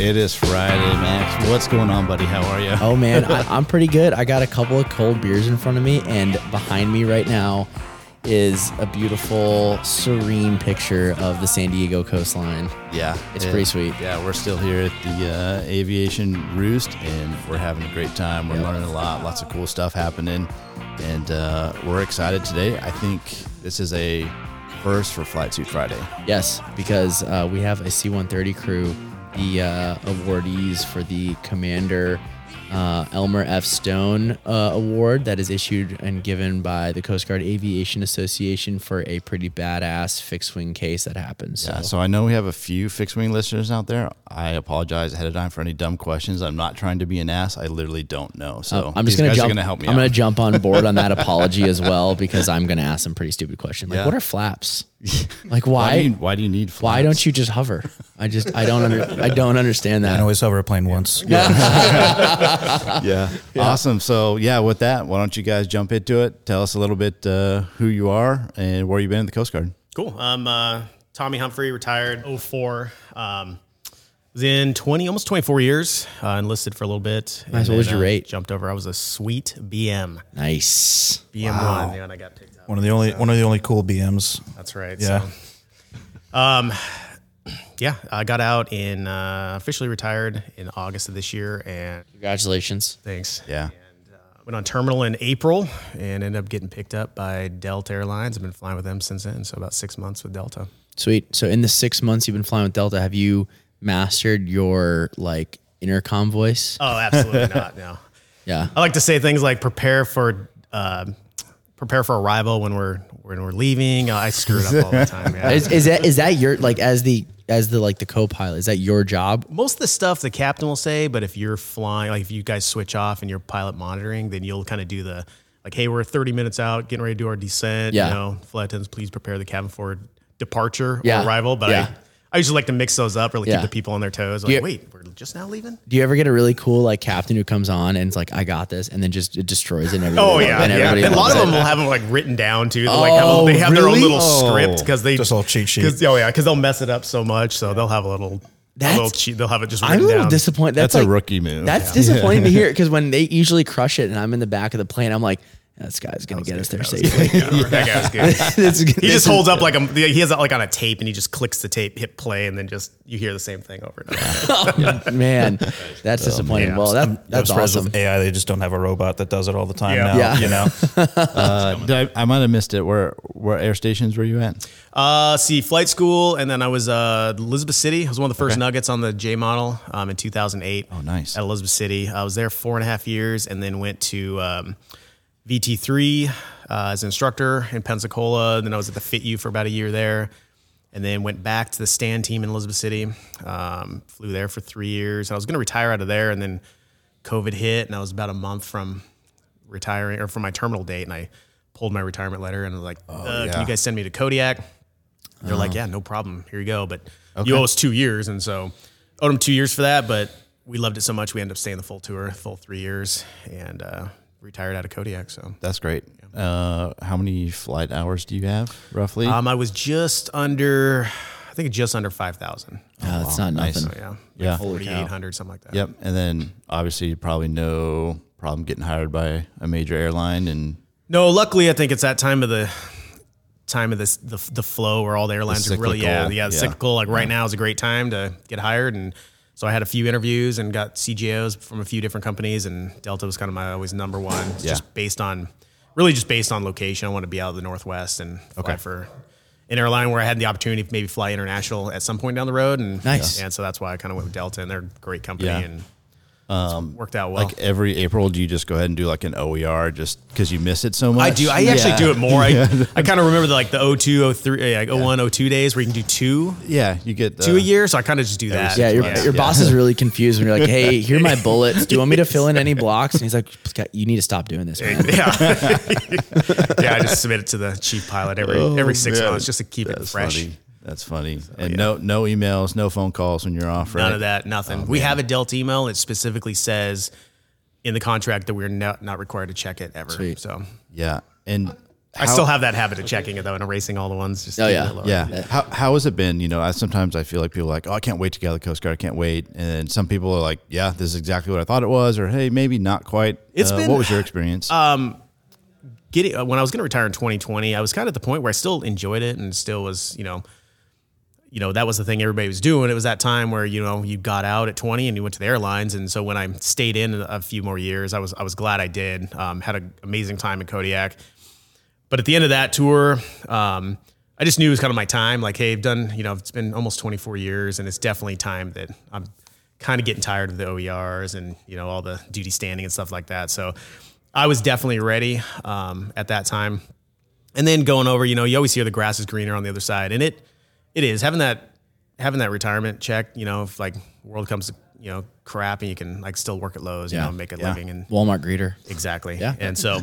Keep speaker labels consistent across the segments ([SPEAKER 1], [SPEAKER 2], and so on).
[SPEAKER 1] is Friday, Max. What's going on, buddy? How are you?
[SPEAKER 2] Oh man, I, I'm pretty good. I got a couple of cold beers in front of me, and behind me right now is a beautiful, serene picture of the San Diego coastline.
[SPEAKER 1] Yeah,
[SPEAKER 2] It's
[SPEAKER 1] it-
[SPEAKER 2] pretty sweet.
[SPEAKER 1] Yeah, we're still here at the uh, Aviation Roost, and we're having a great time. We're learning a lot, lots of cool stuff happening, and uh, we're excited today. I think this is a first for Flight Suit Friday.
[SPEAKER 2] Yes, because uh, we have a C-130 crew, the uh, awardees for the Commander uh, Elmer F. Stone uh, Award that is issued and given by the Coast Guard Aviation Association for a pretty badass fixed-wing case that happens.
[SPEAKER 1] Yeah, Uh, so I know we have a few fixed wing listeners out there. I apologize ahead of time for any dumb questions. I'm not trying to be an ass. I literally don't know. So
[SPEAKER 2] I'm just
[SPEAKER 1] these
[SPEAKER 2] gonna
[SPEAKER 1] guys
[SPEAKER 2] jump.
[SPEAKER 1] are gonna help me.
[SPEAKER 2] I'm
[SPEAKER 1] out.
[SPEAKER 2] gonna jump on board on that apology as well because I'm gonna ask some pretty stupid questions. Like,
[SPEAKER 1] Yeah.
[SPEAKER 2] what are flaps? Like,
[SPEAKER 1] Why, do you,
[SPEAKER 2] why?
[SPEAKER 1] why do you need? Flaps?
[SPEAKER 2] Why don't you just hover? I just I don't under, I don't understand
[SPEAKER 3] I
[SPEAKER 2] that.
[SPEAKER 3] always hover a plane once.
[SPEAKER 1] yeah. Awesome. So yeah, with that, why don't you guys jump into it? Tell us a little bit uh, who you are and where you've been in the Coast Guard.
[SPEAKER 4] Cool. I'm uh, Tommy Humphrey, retired 04. Um, was in 20, almost 24 years, uh, enlisted for a little bit. and uh,
[SPEAKER 2] Nice. What was your rate?
[SPEAKER 4] Jumped over. I was a sweet BM.
[SPEAKER 2] Nice.
[SPEAKER 4] BM1. Yeah, and I got picked up.
[SPEAKER 3] One of the only one of the only cool BMs.
[SPEAKER 4] That's right.
[SPEAKER 3] Yeah.
[SPEAKER 4] So, um, yeah, I got out in, uh, officially retired in August of this year. And
[SPEAKER 2] Congratulations.
[SPEAKER 4] thanks.
[SPEAKER 1] Yeah.
[SPEAKER 4] And, uh, Went on terminal in April and ended up getting picked up by Delta Airlines. I've been flying with them since then, so about six months with Delta.
[SPEAKER 2] Sweet. So in the six months you've been flying with Delta, have you mastered your like intercom voice?
[SPEAKER 4] Oh, absolutely not. No.
[SPEAKER 2] yeah.
[SPEAKER 4] I like to say things like prepare for uh, prepare for arrival when we're when we're leaving. I screw it up all the time. yeah.
[SPEAKER 2] Is, is that is that your like as the as the like the co-pilot? Is that your job?
[SPEAKER 4] Most of the stuff the captain will say, but if you're flying, like if you guys switch off and you're pilot monitoring, then you'll kind of do the like, hey, we're 30 minutes out, getting ready to do our descent.
[SPEAKER 2] Yeah.
[SPEAKER 4] You know, flight attendants, please prepare the cabin for departure
[SPEAKER 2] Yeah.
[SPEAKER 4] or arrival. But
[SPEAKER 2] Yeah.
[SPEAKER 4] I, I usually like to mix those up, really
[SPEAKER 2] Yeah.
[SPEAKER 4] keep the people on their toes.
[SPEAKER 2] you-
[SPEAKER 4] Like, wait, we're just now leaving?
[SPEAKER 2] Do you ever get a really cool like captain who comes on and it's like, I got this, and then just it destroys it? And everybody
[SPEAKER 4] Oh
[SPEAKER 2] loves it,
[SPEAKER 4] yeah,
[SPEAKER 2] and
[SPEAKER 4] yeah.
[SPEAKER 2] everybody
[SPEAKER 4] And a lot
[SPEAKER 2] loves
[SPEAKER 4] of
[SPEAKER 2] it.
[SPEAKER 4] them will have them like written down too. They'll, like have
[SPEAKER 2] Oh,
[SPEAKER 4] a, they have their own
[SPEAKER 2] really?
[SPEAKER 4] little
[SPEAKER 1] Oh.
[SPEAKER 4] script because they
[SPEAKER 3] Just a little cheat sheet.
[SPEAKER 4] 'cause- Oh yeah, because they'll mess it up so much, so they'll have a little.
[SPEAKER 2] That's-
[SPEAKER 4] a little cheat. They'll have it just
[SPEAKER 2] I'm
[SPEAKER 4] written
[SPEAKER 2] a little
[SPEAKER 4] down.
[SPEAKER 2] disappointed. That's,
[SPEAKER 1] That's a
[SPEAKER 2] like-
[SPEAKER 1] rookie move.
[SPEAKER 2] That's disappointing to hear because when they usually crush it, and I'm in the back of the plane, I'm like, this guy's gonna get us there safely.
[SPEAKER 4] Yeah, that guy's good.
[SPEAKER 2] This-
[SPEAKER 4] He
[SPEAKER 2] this
[SPEAKER 4] just
[SPEAKER 2] is-
[SPEAKER 4] holds up like a he has it like on a tape and he just clicks the tape, hit play, and then just you hear the same thing over and over.
[SPEAKER 2] man. That's disappointing.
[SPEAKER 4] yeah.
[SPEAKER 2] Well, that,
[SPEAKER 3] I was
[SPEAKER 2] that's
[SPEAKER 3] surprised
[SPEAKER 2] awesome.
[SPEAKER 3] With AI, they just don't have a robot that does it all the time
[SPEAKER 4] Yeah.
[SPEAKER 3] now.
[SPEAKER 2] Yeah.
[SPEAKER 3] You know,
[SPEAKER 1] Uh, did I, I might have missed it. Where where air stations were you at?
[SPEAKER 4] Uh, see, flight school, and then I was uh, Elizabeth City. I was one of the first Nuggets on the J model um, in 2008. Oh,
[SPEAKER 1] nice.
[SPEAKER 4] At Elizabeth City, I was there four and a half years, and then went to um, VT3 uh, as an instructor in Pensacola. Then I was at the Fit U for about a year there, and then went back to the Stan team in Elizabeth City. Um, flew there for three years. I was going to retire out of there, and then COVID hit, and I was about a month from retiring or from my terminal date, and I pulled my retirement letter and was like, uh, "Can you guys send me to Kodiak?" They're like, "Yeah, no problem. Here you go." But you owe us two years, and so owed them two years for that. But we loved it so much, we ended up staying the full tour, full three years, and uh, retired out of Kodiak. So
[SPEAKER 1] That's great. Uh, how many flight hours do you have roughly?
[SPEAKER 4] um, I was just under, I think just under five thousand.
[SPEAKER 2] Oh, it's not
[SPEAKER 1] nice.
[SPEAKER 2] nothing.
[SPEAKER 4] Yeah,
[SPEAKER 1] Yeah. Holy
[SPEAKER 4] forty eight hundred, something like that.
[SPEAKER 1] yep. And then obviously you probably no problem getting hired by a major airline and
[SPEAKER 4] No, luckily, I think it's that time of the time of this the, the flow where all the airlines
[SPEAKER 1] The
[SPEAKER 4] are really yeah
[SPEAKER 1] cyclical,
[SPEAKER 4] yeah, the
[SPEAKER 1] yeah.
[SPEAKER 4] cyclical like right now is a great time to get hired and so I had a few interviews and got CGOs from a few different companies and Delta was kind of my always number one It's
[SPEAKER 1] Yeah.
[SPEAKER 4] just based on really just based on location I want to be out of the northwest and fly for an airline where I had the opportunity to maybe fly international at some point down the road and
[SPEAKER 2] Nice.
[SPEAKER 4] and so that's why I kind of went with Delta and they're a great company
[SPEAKER 1] Yeah.
[SPEAKER 4] and um, worked out well
[SPEAKER 1] like every April, do you just go ahead and do like an OER just because you miss it so much?
[SPEAKER 4] I do. I actually do it more. I, I kind of remember the, like the 02, 03, like 01, 02 days where you can do two,
[SPEAKER 1] Yeah, you get
[SPEAKER 4] two a year. So I kind of just do that.
[SPEAKER 2] Yeah, your, your
[SPEAKER 1] Yeah.
[SPEAKER 2] boss is really confused when you're like, "Hey, here are my bullets. Do you want me to fill in any blocks?" And he's like, "Scott, "You need to stop doing this, man."
[SPEAKER 4] yeah. yeah. I just submit it to the chief pilot every every six
[SPEAKER 1] Oh, man.
[SPEAKER 4] months just to keep it
[SPEAKER 1] That's
[SPEAKER 4] fresh.
[SPEAKER 1] funny. That's funny. and no no emails, no phone calls when you're off. Right? Oh,
[SPEAKER 4] None of that. Nothing. we have a Delta email. It specifically says in the contract that we're not not required to check it ever. So
[SPEAKER 1] Yeah. And
[SPEAKER 4] I still have that habit of checking it though and erasing all the ones. Just
[SPEAKER 2] Oh,
[SPEAKER 4] leaving
[SPEAKER 2] yeah.
[SPEAKER 4] it alone.
[SPEAKER 1] Yeah. How, how has it been? You know, I, sometimes I feel like people are like, oh, I can't wait to get out of the Coast Guard. I can't wait. And some people are like, yeah, this is exactly what I thought it was, or hey, maybe not quite.
[SPEAKER 4] It's
[SPEAKER 1] Uh,
[SPEAKER 4] been- uh,
[SPEAKER 1] what was your experience?
[SPEAKER 4] Getting uh, when I was going to retire in 2020, I was kind of at the point where I still enjoyed it and still was, you know, you know that was the thing everybody was doing. It was that time where you know you got out at 20 and you went to the airlines. And so when I stayed in a few more years, I was I was glad I did. Um, had an amazing time in Kodiak. But at the end of that tour, um, I just knew it was kind of my time. Like, hey, I've done, you know, it's been almost 24 years, and it's definitely time that I'm kind of getting tired of the OERs and, you know, all the duty standing and stuff like that. So I was definitely ready um, at that time. And then going over, you know, you always hear the grass is greener on the other side, and it it is having that having that retirement check. You know, if like world comes to you know crap, and you can like still work at Lowe's, you know, make a living and
[SPEAKER 2] Walmart greeter.
[SPEAKER 4] Exactly. Yeah. And so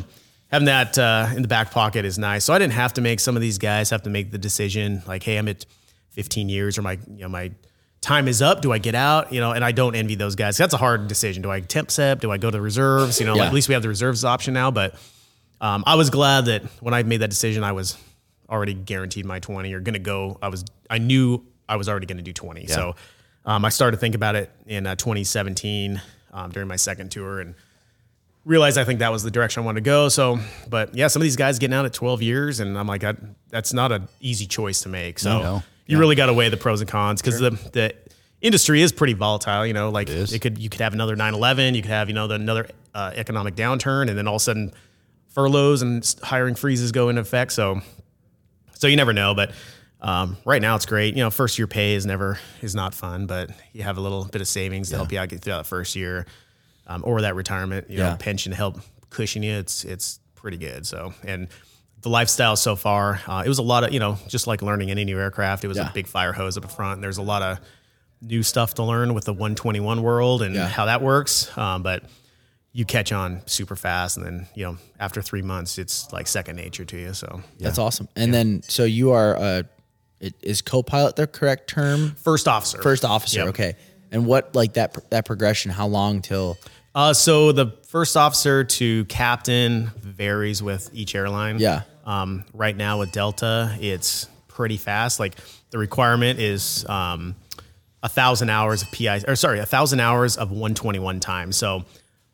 [SPEAKER 4] having that uh, in the back pocket is nice. So I didn't have to make some of these guys have to make the decision like, hey, I'm at 15 years or my you know my time is up. Do I get out? You know, and I don't envy those guys. That's a hard decision. Do I temp sep? Do I go to the reserves? You know,
[SPEAKER 2] Yeah.
[SPEAKER 4] at least we have the reserves option now. But um, I was glad that when I made that decision, I was already guaranteed my 20 or going to go. I was I knew I was already going to do 20. So um, I started to think about it in uh, 2017 um, during my second tour and realized I think that was the direction I wanted to go. So, but yeah, some of these guys getting out at 12 years, and I'm like, I, that's not an easy choice to make. So
[SPEAKER 1] No.
[SPEAKER 4] you really got to weigh the pros and cons because the the industry is pretty volatile. You know, like
[SPEAKER 1] is.
[SPEAKER 4] it, could you could have another 9/11, you could have you know the, another uh, economic downturn, and then all of a sudden furloughs and s- hiring freezes go into effect. So, so you never know, but. Um, right now it's great. You know, first year pay is never is not fun, but you have a little bit of savings to help you out get through that first year um, or that retirement, you
[SPEAKER 2] Yeah.
[SPEAKER 4] know, pension to help cushion you. It's it's pretty good. So and the lifestyle so far, uh, it was a lot of you know just like learning any new aircraft. It was
[SPEAKER 2] Yeah.
[SPEAKER 4] a big fire hose up front. And there's a lot of new stuff to learn with the 121 world and
[SPEAKER 2] Yeah.
[SPEAKER 4] how that works. Um, but you catch on super fast, and then you know after three months, it's like second nature to you. So
[SPEAKER 2] That's awesome. And then so you are uh it, is co-pilot the correct term?
[SPEAKER 4] first officer,
[SPEAKER 2] First officer,
[SPEAKER 4] Yep.
[SPEAKER 2] okay. And what like that that progression? How long till?
[SPEAKER 4] Uh, so the first officer to captain varies with each airline.
[SPEAKER 2] Yeah.
[SPEAKER 4] Um, right now with Delta, it's pretty fast. Like the requirement is um, a thousand hours of PI, or sorry, a thousand hours of 121 time. So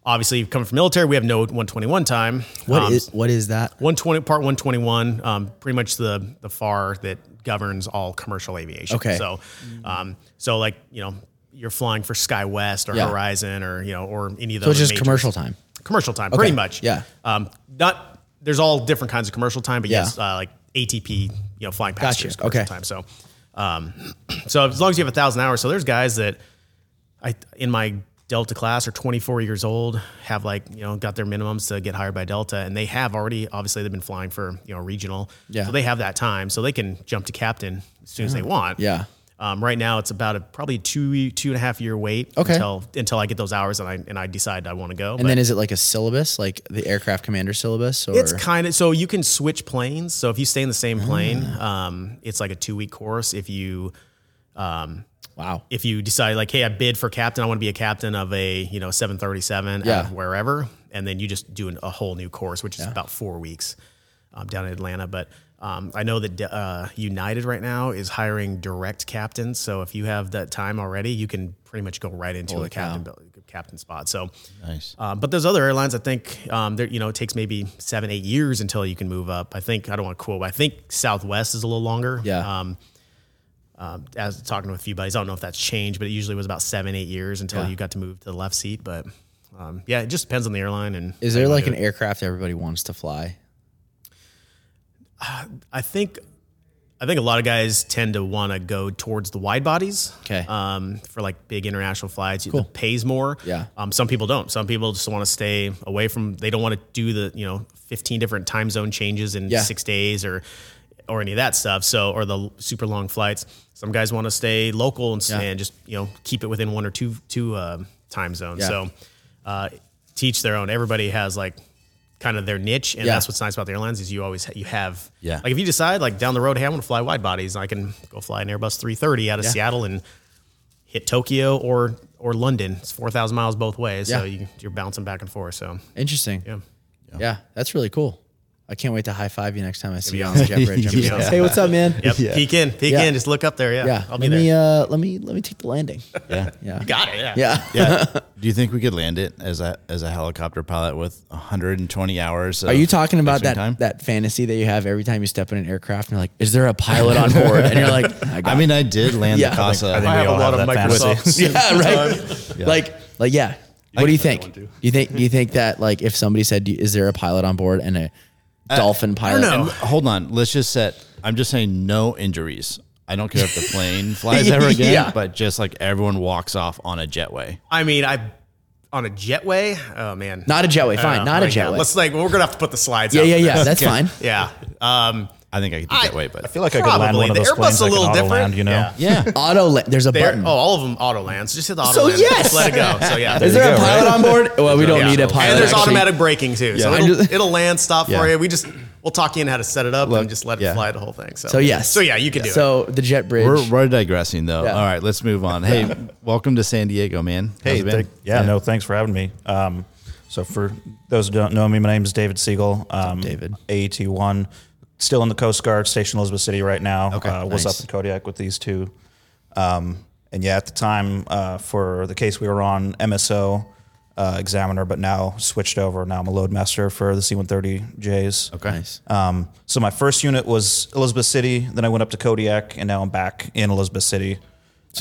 [SPEAKER 4] obviously, coming from military, we have no 121 time.
[SPEAKER 2] What
[SPEAKER 4] Um,
[SPEAKER 2] is what is that?
[SPEAKER 4] 120 part 121 um, pretty much the the far that governs all commercial aviation
[SPEAKER 2] Okay.
[SPEAKER 4] so um, so like you know you're flying for skywest or
[SPEAKER 2] Yeah.
[SPEAKER 4] horizon or you know or any of
[SPEAKER 2] So
[SPEAKER 4] those
[SPEAKER 2] it's just
[SPEAKER 4] major-
[SPEAKER 2] commercial time.
[SPEAKER 4] commercial time pretty much
[SPEAKER 2] yeah.
[SPEAKER 4] um, not there's all different kinds of commercial time but
[SPEAKER 2] Yeah.
[SPEAKER 4] yes uh, like atp you know flying passengers
[SPEAKER 2] Gotcha.
[SPEAKER 4] commercial
[SPEAKER 2] Okay.
[SPEAKER 4] time so um, so as long as you have a thousand hours so there's guys that I in my Delta class are 24 years old, have like you know got their minimums to get hired by Delta, and they have already obviously they've been flying for you know regional,
[SPEAKER 2] Yeah.
[SPEAKER 4] so they have that time, so they can jump to captain as soon as they want.
[SPEAKER 2] Yeah.
[SPEAKER 4] Um, right now it's about a probably two two and a half year wait
[SPEAKER 2] Okay.
[SPEAKER 4] until until I get those hours and I and I decide I want to go.
[SPEAKER 2] And then is it like a syllabus, like the aircraft commander syllabus, or
[SPEAKER 4] It's kind of so you can switch planes. So if you stay in the same
[SPEAKER 2] Ah.
[SPEAKER 4] plane, um, it's like a two week course. If you
[SPEAKER 2] wow?
[SPEAKER 4] if you decide like, hey, I bid for captain, I want to be a captain of a you know 737
[SPEAKER 2] Yeah.
[SPEAKER 4] out of wherever, and then you just do an, a whole new course, which is about four weeks um, down in Atlanta. But um, I know that uh, United right now is hiring direct captains, so if you have that time already, you can pretty much go right into a captain bu- captain spot. So
[SPEAKER 1] nice.
[SPEAKER 4] um, but there's other airlines. I think um, there, you know, it takes maybe seven, eight years until you can move up. I think I don't want to quote, but I think Southwest is a little longer.
[SPEAKER 2] Yeah.
[SPEAKER 4] Um, um, as talking with a few buddies, I don't know if that's changed, but it usually was about seven, eight years until
[SPEAKER 2] Yeah.
[SPEAKER 4] you got to move to the left seat. But um, yeah, it just depends on the airline. And
[SPEAKER 2] Is
[SPEAKER 4] how
[SPEAKER 2] there
[SPEAKER 4] you wanna
[SPEAKER 2] like
[SPEAKER 4] do
[SPEAKER 2] an
[SPEAKER 4] it.
[SPEAKER 2] aircraft everybody wants to fly?
[SPEAKER 4] I think I think a lot of guys tend to want to go towards the wide bodies.
[SPEAKER 2] Okay.
[SPEAKER 4] Um, for like big international flights, it pays more.
[SPEAKER 2] Yeah.
[SPEAKER 4] Um, some people don't. Some people just want to stay away from. They don't want to do the you know fifteen different time zone changes in
[SPEAKER 2] Yeah.
[SPEAKER 4] six days or or any of that stuff. So or the super long flights. Some guys want to stay local and, s-
[SPEAKER 2] Yeah.
[SPEAKER 4] and just you know keep it within one or two two um time zones.
[SPEAKER 2] Yeah.
[SPEAKER 4] So uh, teach their own. Everybody has like kind of their niche, and
[SPEAKER 2] Yeah.
[SPEAKER 4] that's what's nice about the airlines is you always ha- you have
[SPEAKER 1] Yeah.
[SPEAKER 4] Like if you decide like down the road, hey, I want to fly wide bodies, I can go fly an Airbus 330 out of Seattle and hit Tokyo or or London. It's 4,000 miles both ways,
[SPEAKER 2] Yeah.
[SPEAKER 4] so you, you're bouncing back and forth. So
[SPEAKER 2] Interesting. Yeah. that's really cool. I I can't wait to high five you next time I see you on
[SPEAKER 4] awesome.
[SPEAKER 2] Jet Bridge. I'm
[SPEAKER 1] Yeah.
[SPEAKER 2] just like, hey, what's up, man?
[SPEAKER 4] Yep. Peek in, peek
[SPEAKER 2] Yeah.
[SPEAKER 4] in. Just look up there. Yeah.
[SPEAKER 2] Yeah.
[SPEAKER 4] I'll be
[SPEAKER 2] let
[SPEAKER 4] there.
[SPEAKER 2] me uh, let me let me take the landing.
[SPEAKER 1] Yeah.
[SPEAKER 2] Yeah.
[SPEAKER 4] Got it. Yeah.
[SPEAKER 2] Yeah.
[SPEAKER 1] Yeah. Do you think we could land it as a as a helicopter pilot with 120 hours?
[SPEAKER 2] Are you talking about that
[SPEAKER 1] Time?
[SPEAKER 2] that fantasy that you have every time you step in an aircraft and you're like, is there a pilot on board? And you're like, I, got
[SPEAKER 1] I mean, I did land
[SPEAKER 2] Yeah. I think-
[SPEAKER 1] the Casa.
[SPEAKER 3] I think
[SPEAKER 4] I
[SPEAKER 3] we
[SPEAKER 4] have a
[SPEAKER 3] all
[SPEAKER 4] lot
[SPEAKER 3] have
[SPEAKER 4] of
[SPEAKER 3] that
[SPEAKER 4] Microsoft.
[SPEAKER 2] it." yeah, right. Like, like, yeah. What do you think? Do you think do you think that like if somebody said, do you- is there a pilot on board and a dolphin pilot?
[SPEAKER 4] Uh, know.
[SPEAKER 1] And hold on. Let's just set. I'm just saying no injuries. I don't care if the plane flies ever again,
[SPEAKER 2] Yeah.
[SPEAKER 1] but just like everyone walks off on a jetway.
[SPEAKER 4] I mean, I on a jetway. Oh man.
[SPEAKER 2] Not a jetway.
[SPEAKER 4] I don't
[SPEAKER 2] Fine.
[SPEAKER 4] know.
[SPEAKER 2] Not a
[SPEAKER 4] Like, yeah,
[SPEAKER 2] jetway.
[SPEAKER 4] Let's like we're gonna have to put the slides.
[SPEAKER 2] yeah,
[SPEAKER 4] out
[SPEAKER 2] yeah,
[SPEAKER 4] for
[SPEAKER 2] yeah.
[SPEAKER 4] this.
[SPEAKER 2] That's fine.
[SPEAKER 4] Yeah. Um,
[SPEAKER 1] I think I could do jetway, but
[SPEAKER 3] I feel like I could land
[SPEAKER 4] Probably.
[SPEAKER 3] one of
[SPEAKER 4] The
[SPEAKER 3] those
[SPEAKER 4] Airbus
[SPEAKER 3] planes
[SPEAKER 4] a
[SPEAKER 3] like an
[SPEAKER 4] little
[SPEAKER 3] auto
[SPEAKER 4] different.
[SPEAKER 3] land, you know?
[SPEAKER 4] Yeah.
[SPEAKER 1] yeah.
[SPEAKER 2] Auto. la- There's a
[SPEAKER 4] They're,
[SPEAKER 2] button.
[SPEAKER 4] oh, all of them auto lands. Just hit the auto
[SPEAKER 2] So,
[SPEAKER 4] land.
[SPEAKER 2] yes.
[SPEAKER 4] Just let it go. So yeah.
[SPEAKER 2] is
[SPEAKER 4] there
[SPEAKER 2] there
[SPEAKER 3] you
[SPEAKER 2] a
[SPEAKER 3] go,
[SPEAKER 2] pilot on board? Well, we don't
[SPEAKER 4] you go.
[SPEAKER 2] need a pilot.
[SPEAKER 4] And there's
[SPEAKER 2] actually.
[SPEAKER 4] automatic braking too. So
[SPEAKER 1] Yeah.
[SPEAKER 4] it'll,
[SPEAKER 2] I'm just-
[SPEAKER 4] it'll land, stop for
[SPEAKER 1] Yeah.
[SPEAKER 4] you. We just we'll talk you in how to set it up
[SPEAKER 1] Look,
[SPEAKER 4] and just let it
[SPEAKER 1] yeah.
[SPEAKER 4] fly the whole thing. So
[SPEAKER 2] So yes.
[SPEAKER 4] So yeah, you can do it.
[SPEAKER 2] So the jet bridge.
[SPEAKER 1] We're, we're digressing though.
[SPEAKER 2] Yeah.
[SPEAKER 1] All right, let's move on. Hey, welcome to San Diego, man. How's it been?
[SPEAKER 3] Thank- yeah, no, thanks for having me. Um, so for those who don't know me, my name is David Siegel. Um,
[SPEAKER 2] David.
[SPEAKER 3] AET1, still in the Coast Guard, stationed in Elizabeth City right now.
[SPEAKER 1] Okay,
[SPEAKER 3] uh, was
[SPEAKER 2] nice.
[SPEAKER 3] up in Kodiak with these two. Um, and yeah, at the time uh, for the case we were on, MSO uh, examiner, but now switched over. Now I'm a loadmaster for the C-130Js.
[SPEAKER 1] Okay.
[SPEAKER 3] Um, so my first unit was Elizabeth City. Then I went up to Kodiak, and now I'm back in Elizabeth City.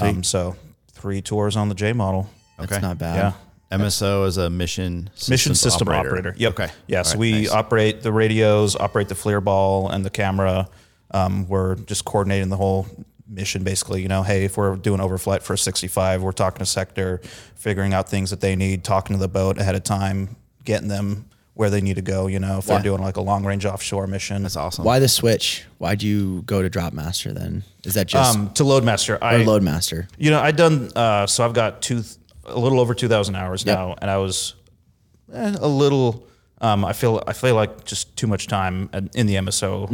[SPEAKER 3] Um, so three tours on the J model.
[SPEAKER 2] That's
[SPEAKER 1] Okay.
[SPEAKER 2] not bad.
[SPEAKER 3] Yeah.
[SPEAKER 1] MSO is a mission
[SPEAKER 3] Um, Mission
[SPEAKER 1] systems
[SPEAKER 3] system operator. Yep.
[SPEAKER 1] Okay.
[SPEAKER 3] Yes,
[SPEAKER 1] All right,
[SPEAKER 3] we uh,
[SPEAKER 1] nice.
[SPEAKER 3] operate the radios, operate the FLIR ball, and the camera. Um, we're just coordinating the whole mission, basically. You know, hey, if we're doing overflight for 65, we're talking to sector, figuring out things that they need, talking to the boat ahead of time, getting them where they need to go. You know, if
[SPEAKER 2] Yeah.
[SPEAKER 3] we're doing like a long range offshore mission,
[SPEAKER 1] That's awesome.
[SPEAKER 2] Why the switch? Why'd you go to Dropmaster then? Is that just
[SPEAKER 3] um, to Loadmaster,
[SPEAKER 2] or
[SPEAKER 3] I
[SPEAKER 2] Loadmaster?
[SPEAKER 3] You know, I've done uh, so. I've got two, a little over two thousand hours
[SPEAKER 2] Yep.
[SPEAKER 3] now, and I was eh, a little. Um, I feel I feel like just too much time in- in the MSO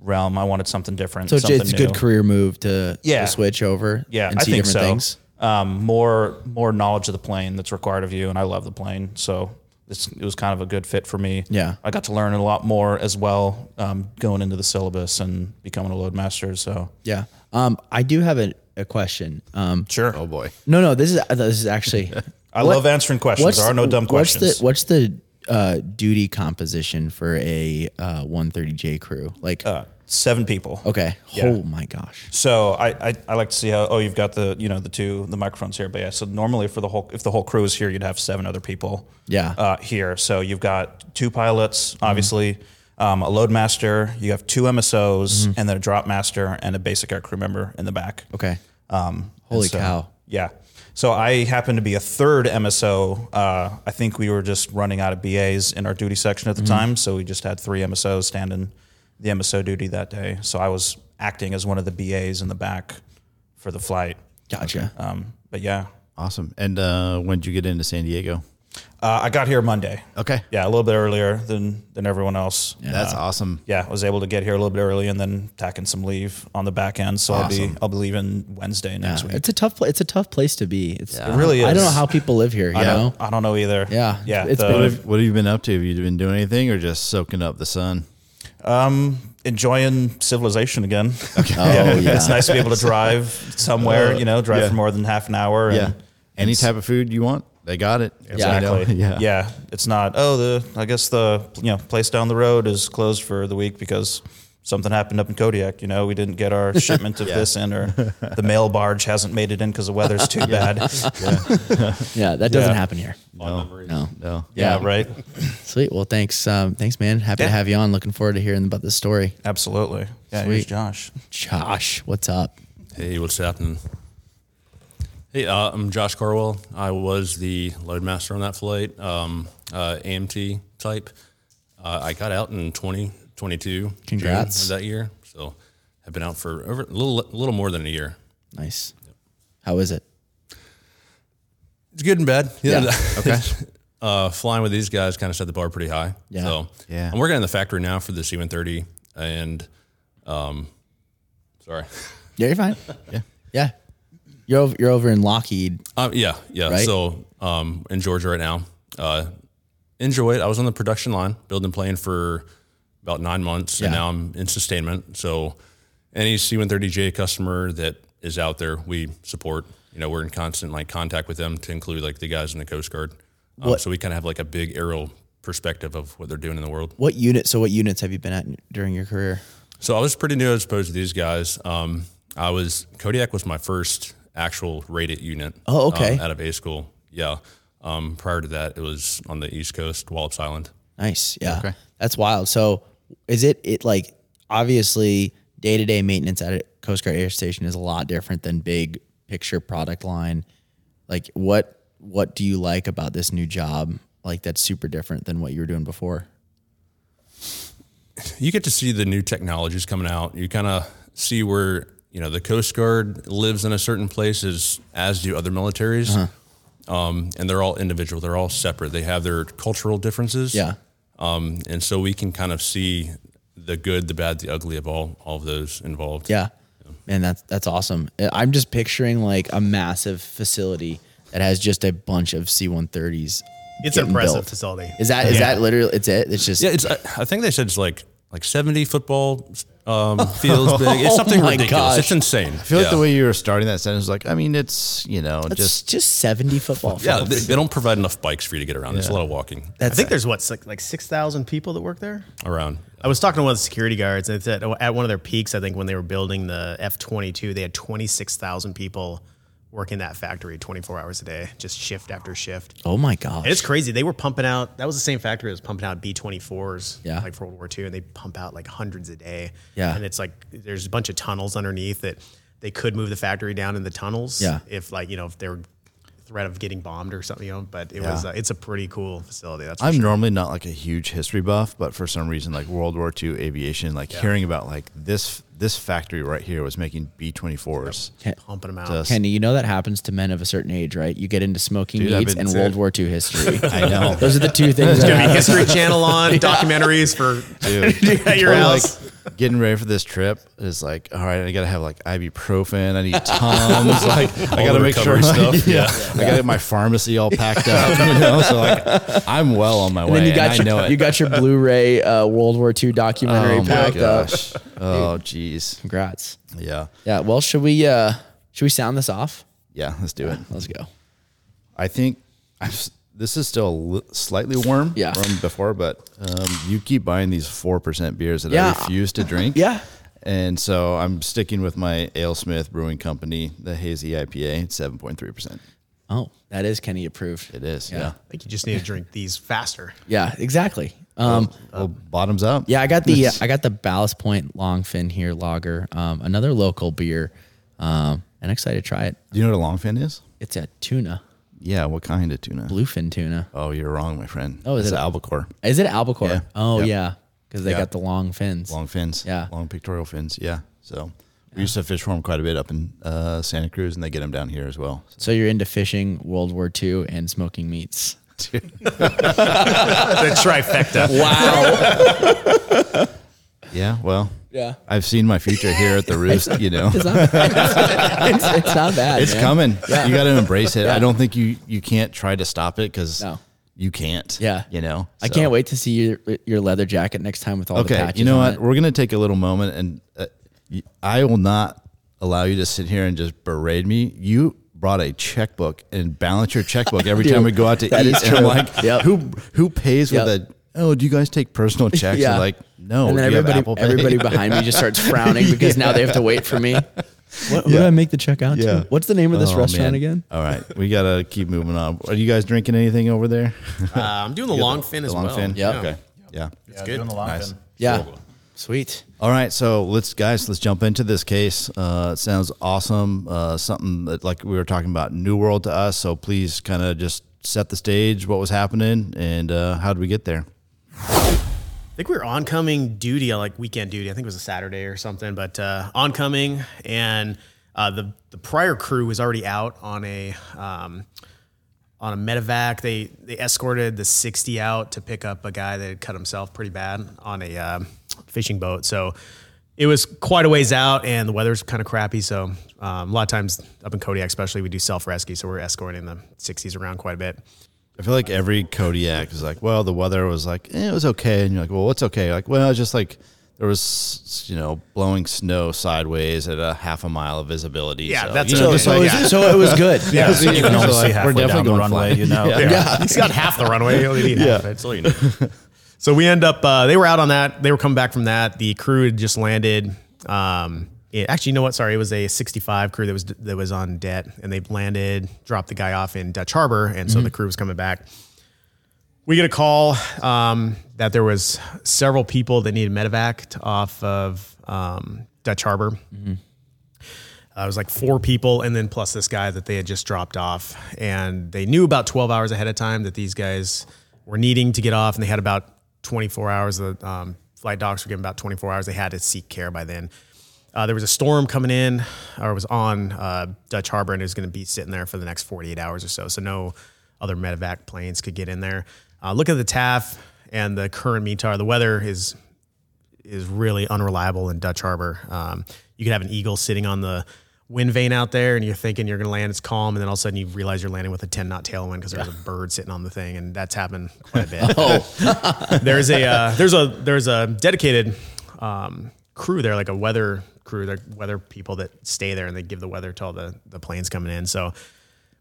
[SPEAKER 3] realm. I wanted something different.
[SPEAKER 2] Mm-hmm. So it's,
[SPEAKER 3] something
[SPEAKER 2] it's a good
[SPEAKER 3] new.
[SPEAKER 2] career move to, to
[SPEAKER 3] Yeah.
[SPEAKER 2] switch over
[SPEAKER 3] Yeah,
[SPEAKER 2] and
[SPEAKER 3] I
[SPEAKER 2] see
[SPEAKER 3] think
[SPEAKER 2] different
[SPEAKER 3] so.
[SPEAKER 2] things.
[SPEAKER 3] Um, more more knowledge of the plane that's required of you, and I love the plane, so it's, it was kind of a good fit for me.
[SPEAKER 2] Yeah.
[SPEAKER 3] I got to learn a lot more as well um, going into the syllabus and becoming a loadmaster. So
[SPEAKER 2] Yeah. Um, I do have a, a question. Um,
[SPEAKER 3] sure,
[SPEAKER 1] Oh boy.
[SPEAKER 2] no, no, this is uh, this is actually
[SPEAKER 3] I love answering questions. there are no dumb
[SPEAKER 2] what's
[SPEAKER 3] questions.
[SPEAKER 2] The, what's the uh, duty composition for a uh, 130J crew? Like,
[SPEAKER 3] uh, seven people.
[SPEAKER 2] okay,
[SPEAKER 3] yeah.
[SPEAKER 2] oh my gosh,
[SPEAKER 3] So I, I, I like to see how oh you've got the you know the two the microphones here but yeah so normally for the whole if the whole crew is here you'd have seven other people
[SPEAKER 2] Yeah.
[SPEAKER 3] uh, here so you've got two pilots obviously um, a loadmaster you have two MSOs and then a drop master and a basic air crew member in the back
[SPEAKER 2] okay,
[SPEAKER 3] um, and
[SPEAKER 2] Holy
[SPEAKER 3] so-
[SPEAKER 2] cow.
[SPEAKER 3] Yeah. So I happen to be a third MSO. Uh, I think we were just running out of BAs in our duty section at the
[SPEAKER 2] Mm-hmm.
[SPEAKER 3] time, so we just had three MSOs standing the MSO duty that day. So I was acting as one of the BAs in the back for the flight.
[SPEAKER 2] gotcha.
[SPEAKER 3] Um, but yeah,
[SPEAKER 1] Awesome. And uh, when did you get into San Diego?
[SPEAKER 3] uh, I got here Monday.
[SPEAKER 1] Okay.
[SPEAKER 3] Yeah, a little bit earlier than than everyone else. Yeah.
[SPEAKER 1] That's awesome.
[SPEAKER 3] Uh, Yeah, I was able to get here a little bit early and then tacking some leave on the back end. So I'll be I'll be leaving Wednesday next week.
[SPEAKER 2] Uh, It's a tough. pla- It's a tough place to be. It's,
[SPEAKER 3] It really
[SPEAKER 2] I don't
[SPEAKER 3] is.
[SPEAKER 2] know how people live here. You
[SPEAKER 3] I
[SPEAKER 2] know,
[SPEAKER 3] don't, I don't know either.
[SPEAKER 2] Yeah,
[SPEAKER 3] yeah.
[SPEAKER 2] it's
[SPEAKER 3] the-
[SPEAKER 2] been
[SPEAKER 1] What have, what have you been up to? Have you been doing anything or just soaking up the sun?
[SPEAKER 3] enjoying civilization again. Okay.
[SPEAKER 2] Oh, yeah.
[SPEAKER 3] It's nice to be able to drive somewhere, you know, drive
[SPEAKER 1] yeah.
[SPEAKER 3] for more than half an hour. And
[SPEAKER 1] Yeah. Any type of food you want, they got it.
[SPEAKER 2] Yeah.
[SPEAKER 1] You know?
[SPEAKER 3] Exactly.
[SPEAKER 1] Yeah.
[SPEAKER 3] Yeah. It's not, oh, the, I guess the, you know, place down the road is closed for the week because something happened up in Kodiak. You know, we didn't get our shipment of this in or the mail barge hasn't made it in because the weather's too bad.
[SPEAKER 2] yeah, that doesn't
[SPEAKER 3] Yeah.
[SPEAKER 2] happen here. No,
[SPEAKER 1] No.
[SPEAKER 3] Yeah. Right.
[SPEAKER 2] Sweet. Well, thanks. Um, thanks, man. Happy
[SPEAKER 3] Yeah.
[SPEAKER 2] to have you on. Looking forward to hearing about this story.
[SPEAKER 3] Absolutely. Yeah. Here's
[SPEAKER 2] Sweet.
[SPEAKER 3] Josh.
[SPEAKER 2] Josh, what's up?
[SPEAKER 5] Hey, what's happening? Hey, uh, I'm Josh Carwell. I was the loadmaster on that flight, um, uh, AMT type. Uh, I got out in 2022, June
[SPEAKER 2] Congrats.
[SPEAKER 5] of that year. So I've been out for over a little, a little more than a year.
[SPEAKER 2] Nice. How is it?
[SPEAKER 5] It's good and bad. Yeah.
[SPEAKER 1] Okay.
[SPEAKER 5] uh, flying with these guys kind of set the bar pretty high.
[SPEAKER 2] Yeah.
[SPEAKER 5] So
[SPEAKER 1] Yeah.
[SPEAKER 5] I'm working in the factory now for the C-130, and um, sorry.
[SPEAKER 2] Yeah, you're fine. yeah, yeah. You're over, you're over in Lockheed.
[SPEAKER 5] Uh, yeah, yeah.
[SPEAKER 2] Right?
[SPEAKER 5] So um, in Georgia right now, uh, enjoy it. I was on the production line building a plane for about nine months, and
[SPEAKER 2] Yeah.
[SPEAKER 5] now I'm in sustainment. So any C130J customer that is out there, we support. You know, we're in constant like contact with them to include like the guys in the Coast Guard. Um, so we kind of have like a big aerial perspective of what they're doing in the world.
[SPEAKER 2] What unit? So what units have you been at during your career?
[SPEAKER 5] So I was pretty new as opposed to these guys. Um, I was Kodiak was my first actual rated unit.
[SPEAKER 2] Oh, okay.
[SPEAKER 5] um, out of A school, yeah. Um, prior to that, it was on the East Coast, Wallops Island.
[SPEAKER 2] Nice. Yeah. That's wild. So is it it like obviously day to day maintenance at a Coast Guard air station is a lot different than big picture product line. Like what what do you like about this new job? Like that's super different than what you were doing before.
[SPEAKER 5] you get to see the new technologies coming out. You kind of see where you know the Coast Guard lives in a certain place as as do other militaries,
[SPEAKER 2] Uh-huh.
[SPEAKER 5] um, and they're all individual. They're all separate. They have their cultural differences.
[SPEAKER 2] Yeah.
[SPEAKER 5] um, and so we can kind of see the good, the bad, the ugly of all all of those involved.
[SPEAKER 2] Yeah. Man, that's that's awesome. Uh, I'm just picturing like a massive facility that has just a bunch of C-130s.
[SPEAKER 4] It's an
[SPEAKER 2] getting
[SPEAKER 4] impressive
[SPEAKER 2] built.
[SPEAKER 4] facility.
[SPEAKER 2] Is that is
[SPEAKER 4] Yeah.
[SPEAKER 2] that literally it's it? It's just
[SPEAKER 5] yeah. It's I, I think they said it's like like seventy football um, fields big. It's something
[SPEAKER 2] my
[SPEAKER 5] ridiculous.
[SPEAKER 2] gosh.
[SPEAKER 5] It's insane.
[SPEAKER 1] I feel like the way you were starting that sentence was like, I mean, it's, you know,
[SPEAKER 2] just
[SPEAKER 1] just
[SPEAKER 2] just 70 football.
[SPEAKER 5] yeah,
[SPEAKER 2] fields.
[SPEAKER 5] they, they don't provide enough bikes for you to get around. There's a lot of walking
[SPEAKER 4] I think there's what like, like six thousand people that work there.
[SPEAKER 5] around.
[SPEAKER 4] I was talking to one of the security guards, and it said at one of their peaks, I think when they were building the F twenty two, they had twenty six thousand people working that factory twenty four hours a day, just shift after shift.
[SPEAKER 2] Oh my god.
[SPEAKER 4] And it's crazy. They were pumping out. That was the same factory that was pumping out B twenty fours,
[SPEAKER 2] Yeah.
[SPEAKER 4] like for World War II, and they pump out like hundreds a day.
[SPEAKER 2] Yeah.
[SPEAKER 4] and it's like there's a bunch of tunnels underneath that they could move the factory down in the tunnels.
[SPEAKER 2] Yeah.
[SPEAKER 4] if like you know if they were threat of getting bombed or something, you know. But it was uh, it's a pretty cool facility. That's for
[SPEAKER 1] I'm
[SPEAKER 4] sure.
[SPEAKER 1] normally not like a huge history buff, but for some reason, like World War II aviation, like hearing about like this this factory right here was making B-24s.
[SPEAKER 4] pumping them out.
[SPEAKER 2] Kenny, you know that happens to men of a certain age, right? You get into smoking
[SPEAKER 1] Dude, I've
[SPEAKER 2] meats
[SPEAKER 1] been
[SPEAKER 2] and
[SPEAKER 1] sick.
[SPEAKER 2] World War II history.
[SPEAKER 1] I know.
[SPEAKER 2] Those are the two things. that
[SPEAKER 4] Gonna be
[SPEAKER 2] happen.
[SPEAKER 4] History Channel on documentaries for
[SPEAKER 1] Dude.
[SPEAKER 4] at your
[SPEAKER 1] Or,
[SPEAKER 4] house.
[SPEAKER 1] Like, getting ready for this trip is like, all right, I gotta have like ibuprofen. I need Tums. like, I gotta
[SPEAKER 5] the
[SPEAKER 1] make sure
[SPEAKER 5] recovery
[SPEAKER 1] stuff.
[SPEAKER 5] stuff,
[SPEAKER 1] Yeah, I gotta get my pharmacy all packed up. You know, so like, I'm well on my
[SPEAKER 2] And
[SPEAKER 1] way.
[SPEAKER 2] then you got
[SPEAKER 1] and
[SPEAKER 2] your
[SPEAKER 1] I know it.
[SPEAKER 2] you got your Blu-ray uh, World War II documentary
[SPEAKER 1] oh my
[SPEAKER 2] packed up.
[SPEAKER 1] gosh. Oh jeez.
[SPEAKER 2] Congrats.
[SPEAKER 1] Yeah.
[SPEAKER 2] Yeah. Well, should we uh, should we sound this off?
[SPEAKER 1] Yeah. Let's do it.
[SPEAKER 2] Let's go.
[SPEAKER 1] I think i this is still a li- slightly warm
[SPEAKER 2] Yeah.
[SPEAKER 1] from before, but um, you keep buying these 4% beers that
[SPEAKER 2] Yeah.
[SPEAKER 1] I refuse to drink.
[SPEAKER 2] Yeah.
[SPEAKER 1] And so I'm sticking with my AleSmith Brewing Company, the Hazy IPA, 7.3%.
[SPEAKER 2] Oh, that is Kenny approved.
[SPEAKER 1] It is. Yeah.
[SPEAKER 4] I think you just need to drink these faster.
[SPEAKER 2] Yeah. Exactly. Um,
[SPEAKER 1] Well, bottoms up.
[SPEAKER 2] Yeah, I got the uh, I got the Ballast Point Longfin here lager, um, another local beer, um, and excited to try it.
[SPEAKER 1] Do you know what a longfin is?
[SPEAKER 2] It's a tuna,
[SPEAKER 1] Yeah. What kind of tuna?
[SPEAKER 2] bluefin tuna.
[SPEAKER 1] Oh, you're wrong, my friend.
[SPEAKER 2] Oh, is
[SPEAKER 1] it's
[SPEAKER 2] it-
[SPEAKER 1] albacore?
[SPEAKER 2] Is it albacore?
[SPEAKER 1] Yeah.
[SPEAKER 2] Oh
[SPEAKER 1] Yeah.
[SPEAKER 2] yeah, because they
[SPEAKER 5] Yeah.
[SPEAKER 2] got the long fins.
[SPEAKER 1] Long fins.
[SPEAKER 2] Yeah.
[SPEAKER 1] Long pictorial fins. Yeah. So we used to fish for them quite a bit up in uh, Santa Cruz, and they get them down here as well.
[SPEAKER 2] So you're into fishing, World War II, and smoking meats.
[SPEAKER 4] The trifecta.
[SPEAKER 2] Wow.
[SPEAKER 1] Yeah. Well,
[SPEAKER 2] yeah.
[SPEAKER 1] I've seen my future here at the Roost, you know.
[SPEAKER 2] It's not, bad. it's, it's not bad.
[SPEAKER 1] It's
[SPEAKER 2] man.
[SPEAKER 1] coming. You got to embrace it. I don't think you you can't try to stop it cuz
[SPEAKER 2] No.
[SPEAKER 1] you can't.
[SPEAKER 2] Yeah.
[SPEAKER 1] You know.
[SPEAKER 2] I
[SPEAKER 1] so-
[SPEAKER 2] can't wait to see your your leather jacket next time with all the
[SPEAKER 1] Okay.
[SPEAKER 2] patches.
[SPEAKER 1] You know
[SPEAKER 2] on
[SPEAKER 1] what?
[SPEAKER 2] it.
[SPEAKER 1] We're going to take a little moment and uh, y- I will not allow you to sit here and just berate me. You brought a checkbook and balance your checkbook every
[SPEAKER 2] Dude,
[SPEAKER 1] time we go out to
[SPEAKER 2] that
[SPEAKER 1] eat
[SPEAKER 2] is
[SPEAKER 1] and I'm
[SPEAKER 2] true.
[SPEAKER 1] like
[SPEAKER 2] Yep.
[SPEAKER 1] who who pays with
[SPEAKER 2] Yep.
[SPEAKER 1] a Oh, do you guys take personal checks?
[SPEAKER 2] Yeah.
[SPEAKER 1] You're like,
[SPEAKER 4] Oh,
[SPEAKER 1] no.
[SPEAKER 2] and then
[SPEAKER 1] do you have
[SPEAKER 2] everybody,
[SPEAKER 1] Apple Pay?
[SPEAKER 2] everybody behind me just starts frowning because now they have to wait for me. What, what did I make the check out
[SPEAKER 1] Yeah.
[SPEAKER 2] to? What's the name of this
[SPEAKER 1] Oh,
[SPEAKER 2] restaurant
[SPEAKER 1] man.
[SPEAKER 2] again?
[SPEAKER 1] All right, we gotta keep moving on. Are you guys drinking anything over there?
[SPEAKER 4] Uh, I'm doing the long fin as
[SPEAKER 1] The long
[SPEAKER 4] well.
[SPEAKER 1] fin?
[SPEAKER 2] Yep.
[SPEAKER 1] Okay. Yeah.
[SPEAKER 4] It's good.
[SPEAKER 3] doing the long fin.
[SPEAKER 2] Yeah. Sweet.
[SPEAKER 1] All right. So let's, guys, let's jump into this case. Uh, it sounds awesome. Uh, something that, like we were talking about, new world to us. So please kind of just set the stage, what was happening, and uh, how did we get there?
[SPEAKER 4] I think we were oncoming duty, on like weekend duty. I think it was a Saturday or something, but uh, oncoming, and uh, the the prior crew was already out on a um, on a medevac. They they escorted the sixty out to pick up a guy that had cut himself pretty bad on a um fishing boat. So it was quite a ways out, and the weather's kind of crappy. So um, a lot of times up in Kodiak, especially, we do self rescue, so we're escorting the sixties around quite a bit.
[SPEAKER 1] I feel like every Kodiak is like, well, the weather was like, eh, it was okay, and you're like, well, what's okay? Like, well, it's just like there was, you know, blowing snow sideways at a half a mile of visibility.
[SPEAKER 4] Yeah,
[SPEAKER 1] so,
[SPEAKER 4] that's
[SPEAKER 1] you
[SPEAKER 4] okay.
[SPEAKER 2] So,
[SPEAKER 1] know, just
[SPEAKER 2] so,
[SPEAKER 1] like-
[SPEAKER 2] it was, so it was good.
[SPEAKER 3] Yeah,
[SPEAKER 1] so
[SPEAKER 3] you can
[SPEAKER 1] so
[SPEAKER 3] only see
[SPEAKER 1] like,
[SPEAKER 3] halfway
[SPEAKER 1] we're definitely
[SPEAKER 3] down the
[SPEAKER 1] going
[SPEAKER 3] runway,
[SPEAKER 1] flat.
[SPEAKER 3] you know.
[SPEAKER 1] yeah.
[SPEAKER 4] He's got half the runway. He only need half it.
[SPEAKER 5] That's all you know.
[SPEAKER 4] So we end up, uh, they were out on that. They were coming back from that. The crew had just landed. Um, it, actually, you know what? Sorry, it was a 65 crew that was that was on debt, and they landed, dropped the guy off in Dutch Harbor, and so the crew was coming back. We get a call um, that there was several people that needed medevac to- off of um, Dutch Harbor. Uh, it was like four people, and then plus this guy that they had just dropped off. And they knew about 12 hours ahead of time that these guys were needing to get off, and they had about 24 hours. The um, flight docs were given about 24 hours. They had to seek care by then. Uh, there was a storm coming in, or it was on uh, Dutch Harbor, and it was going to be sitting there for the next 48 hours or so. So no other medevac planes could get in there. Uh, look at the TAF and the current METAR. The weather is is really unreliable in Dutch Harbor. Um, you could have an eagle sitting on the wind vane out there, and you're thinking you're going to land. It's calm, and then all of a sudden you realize you're landing with a 10 knot tailwind because there's a bird sitting on the thing, and that's happened quite a bit. there's a uh, there's a there's a dedicated um, crew there, like a weather crew, they're weather people that stay there and they give the weather to all the the planes coming in. So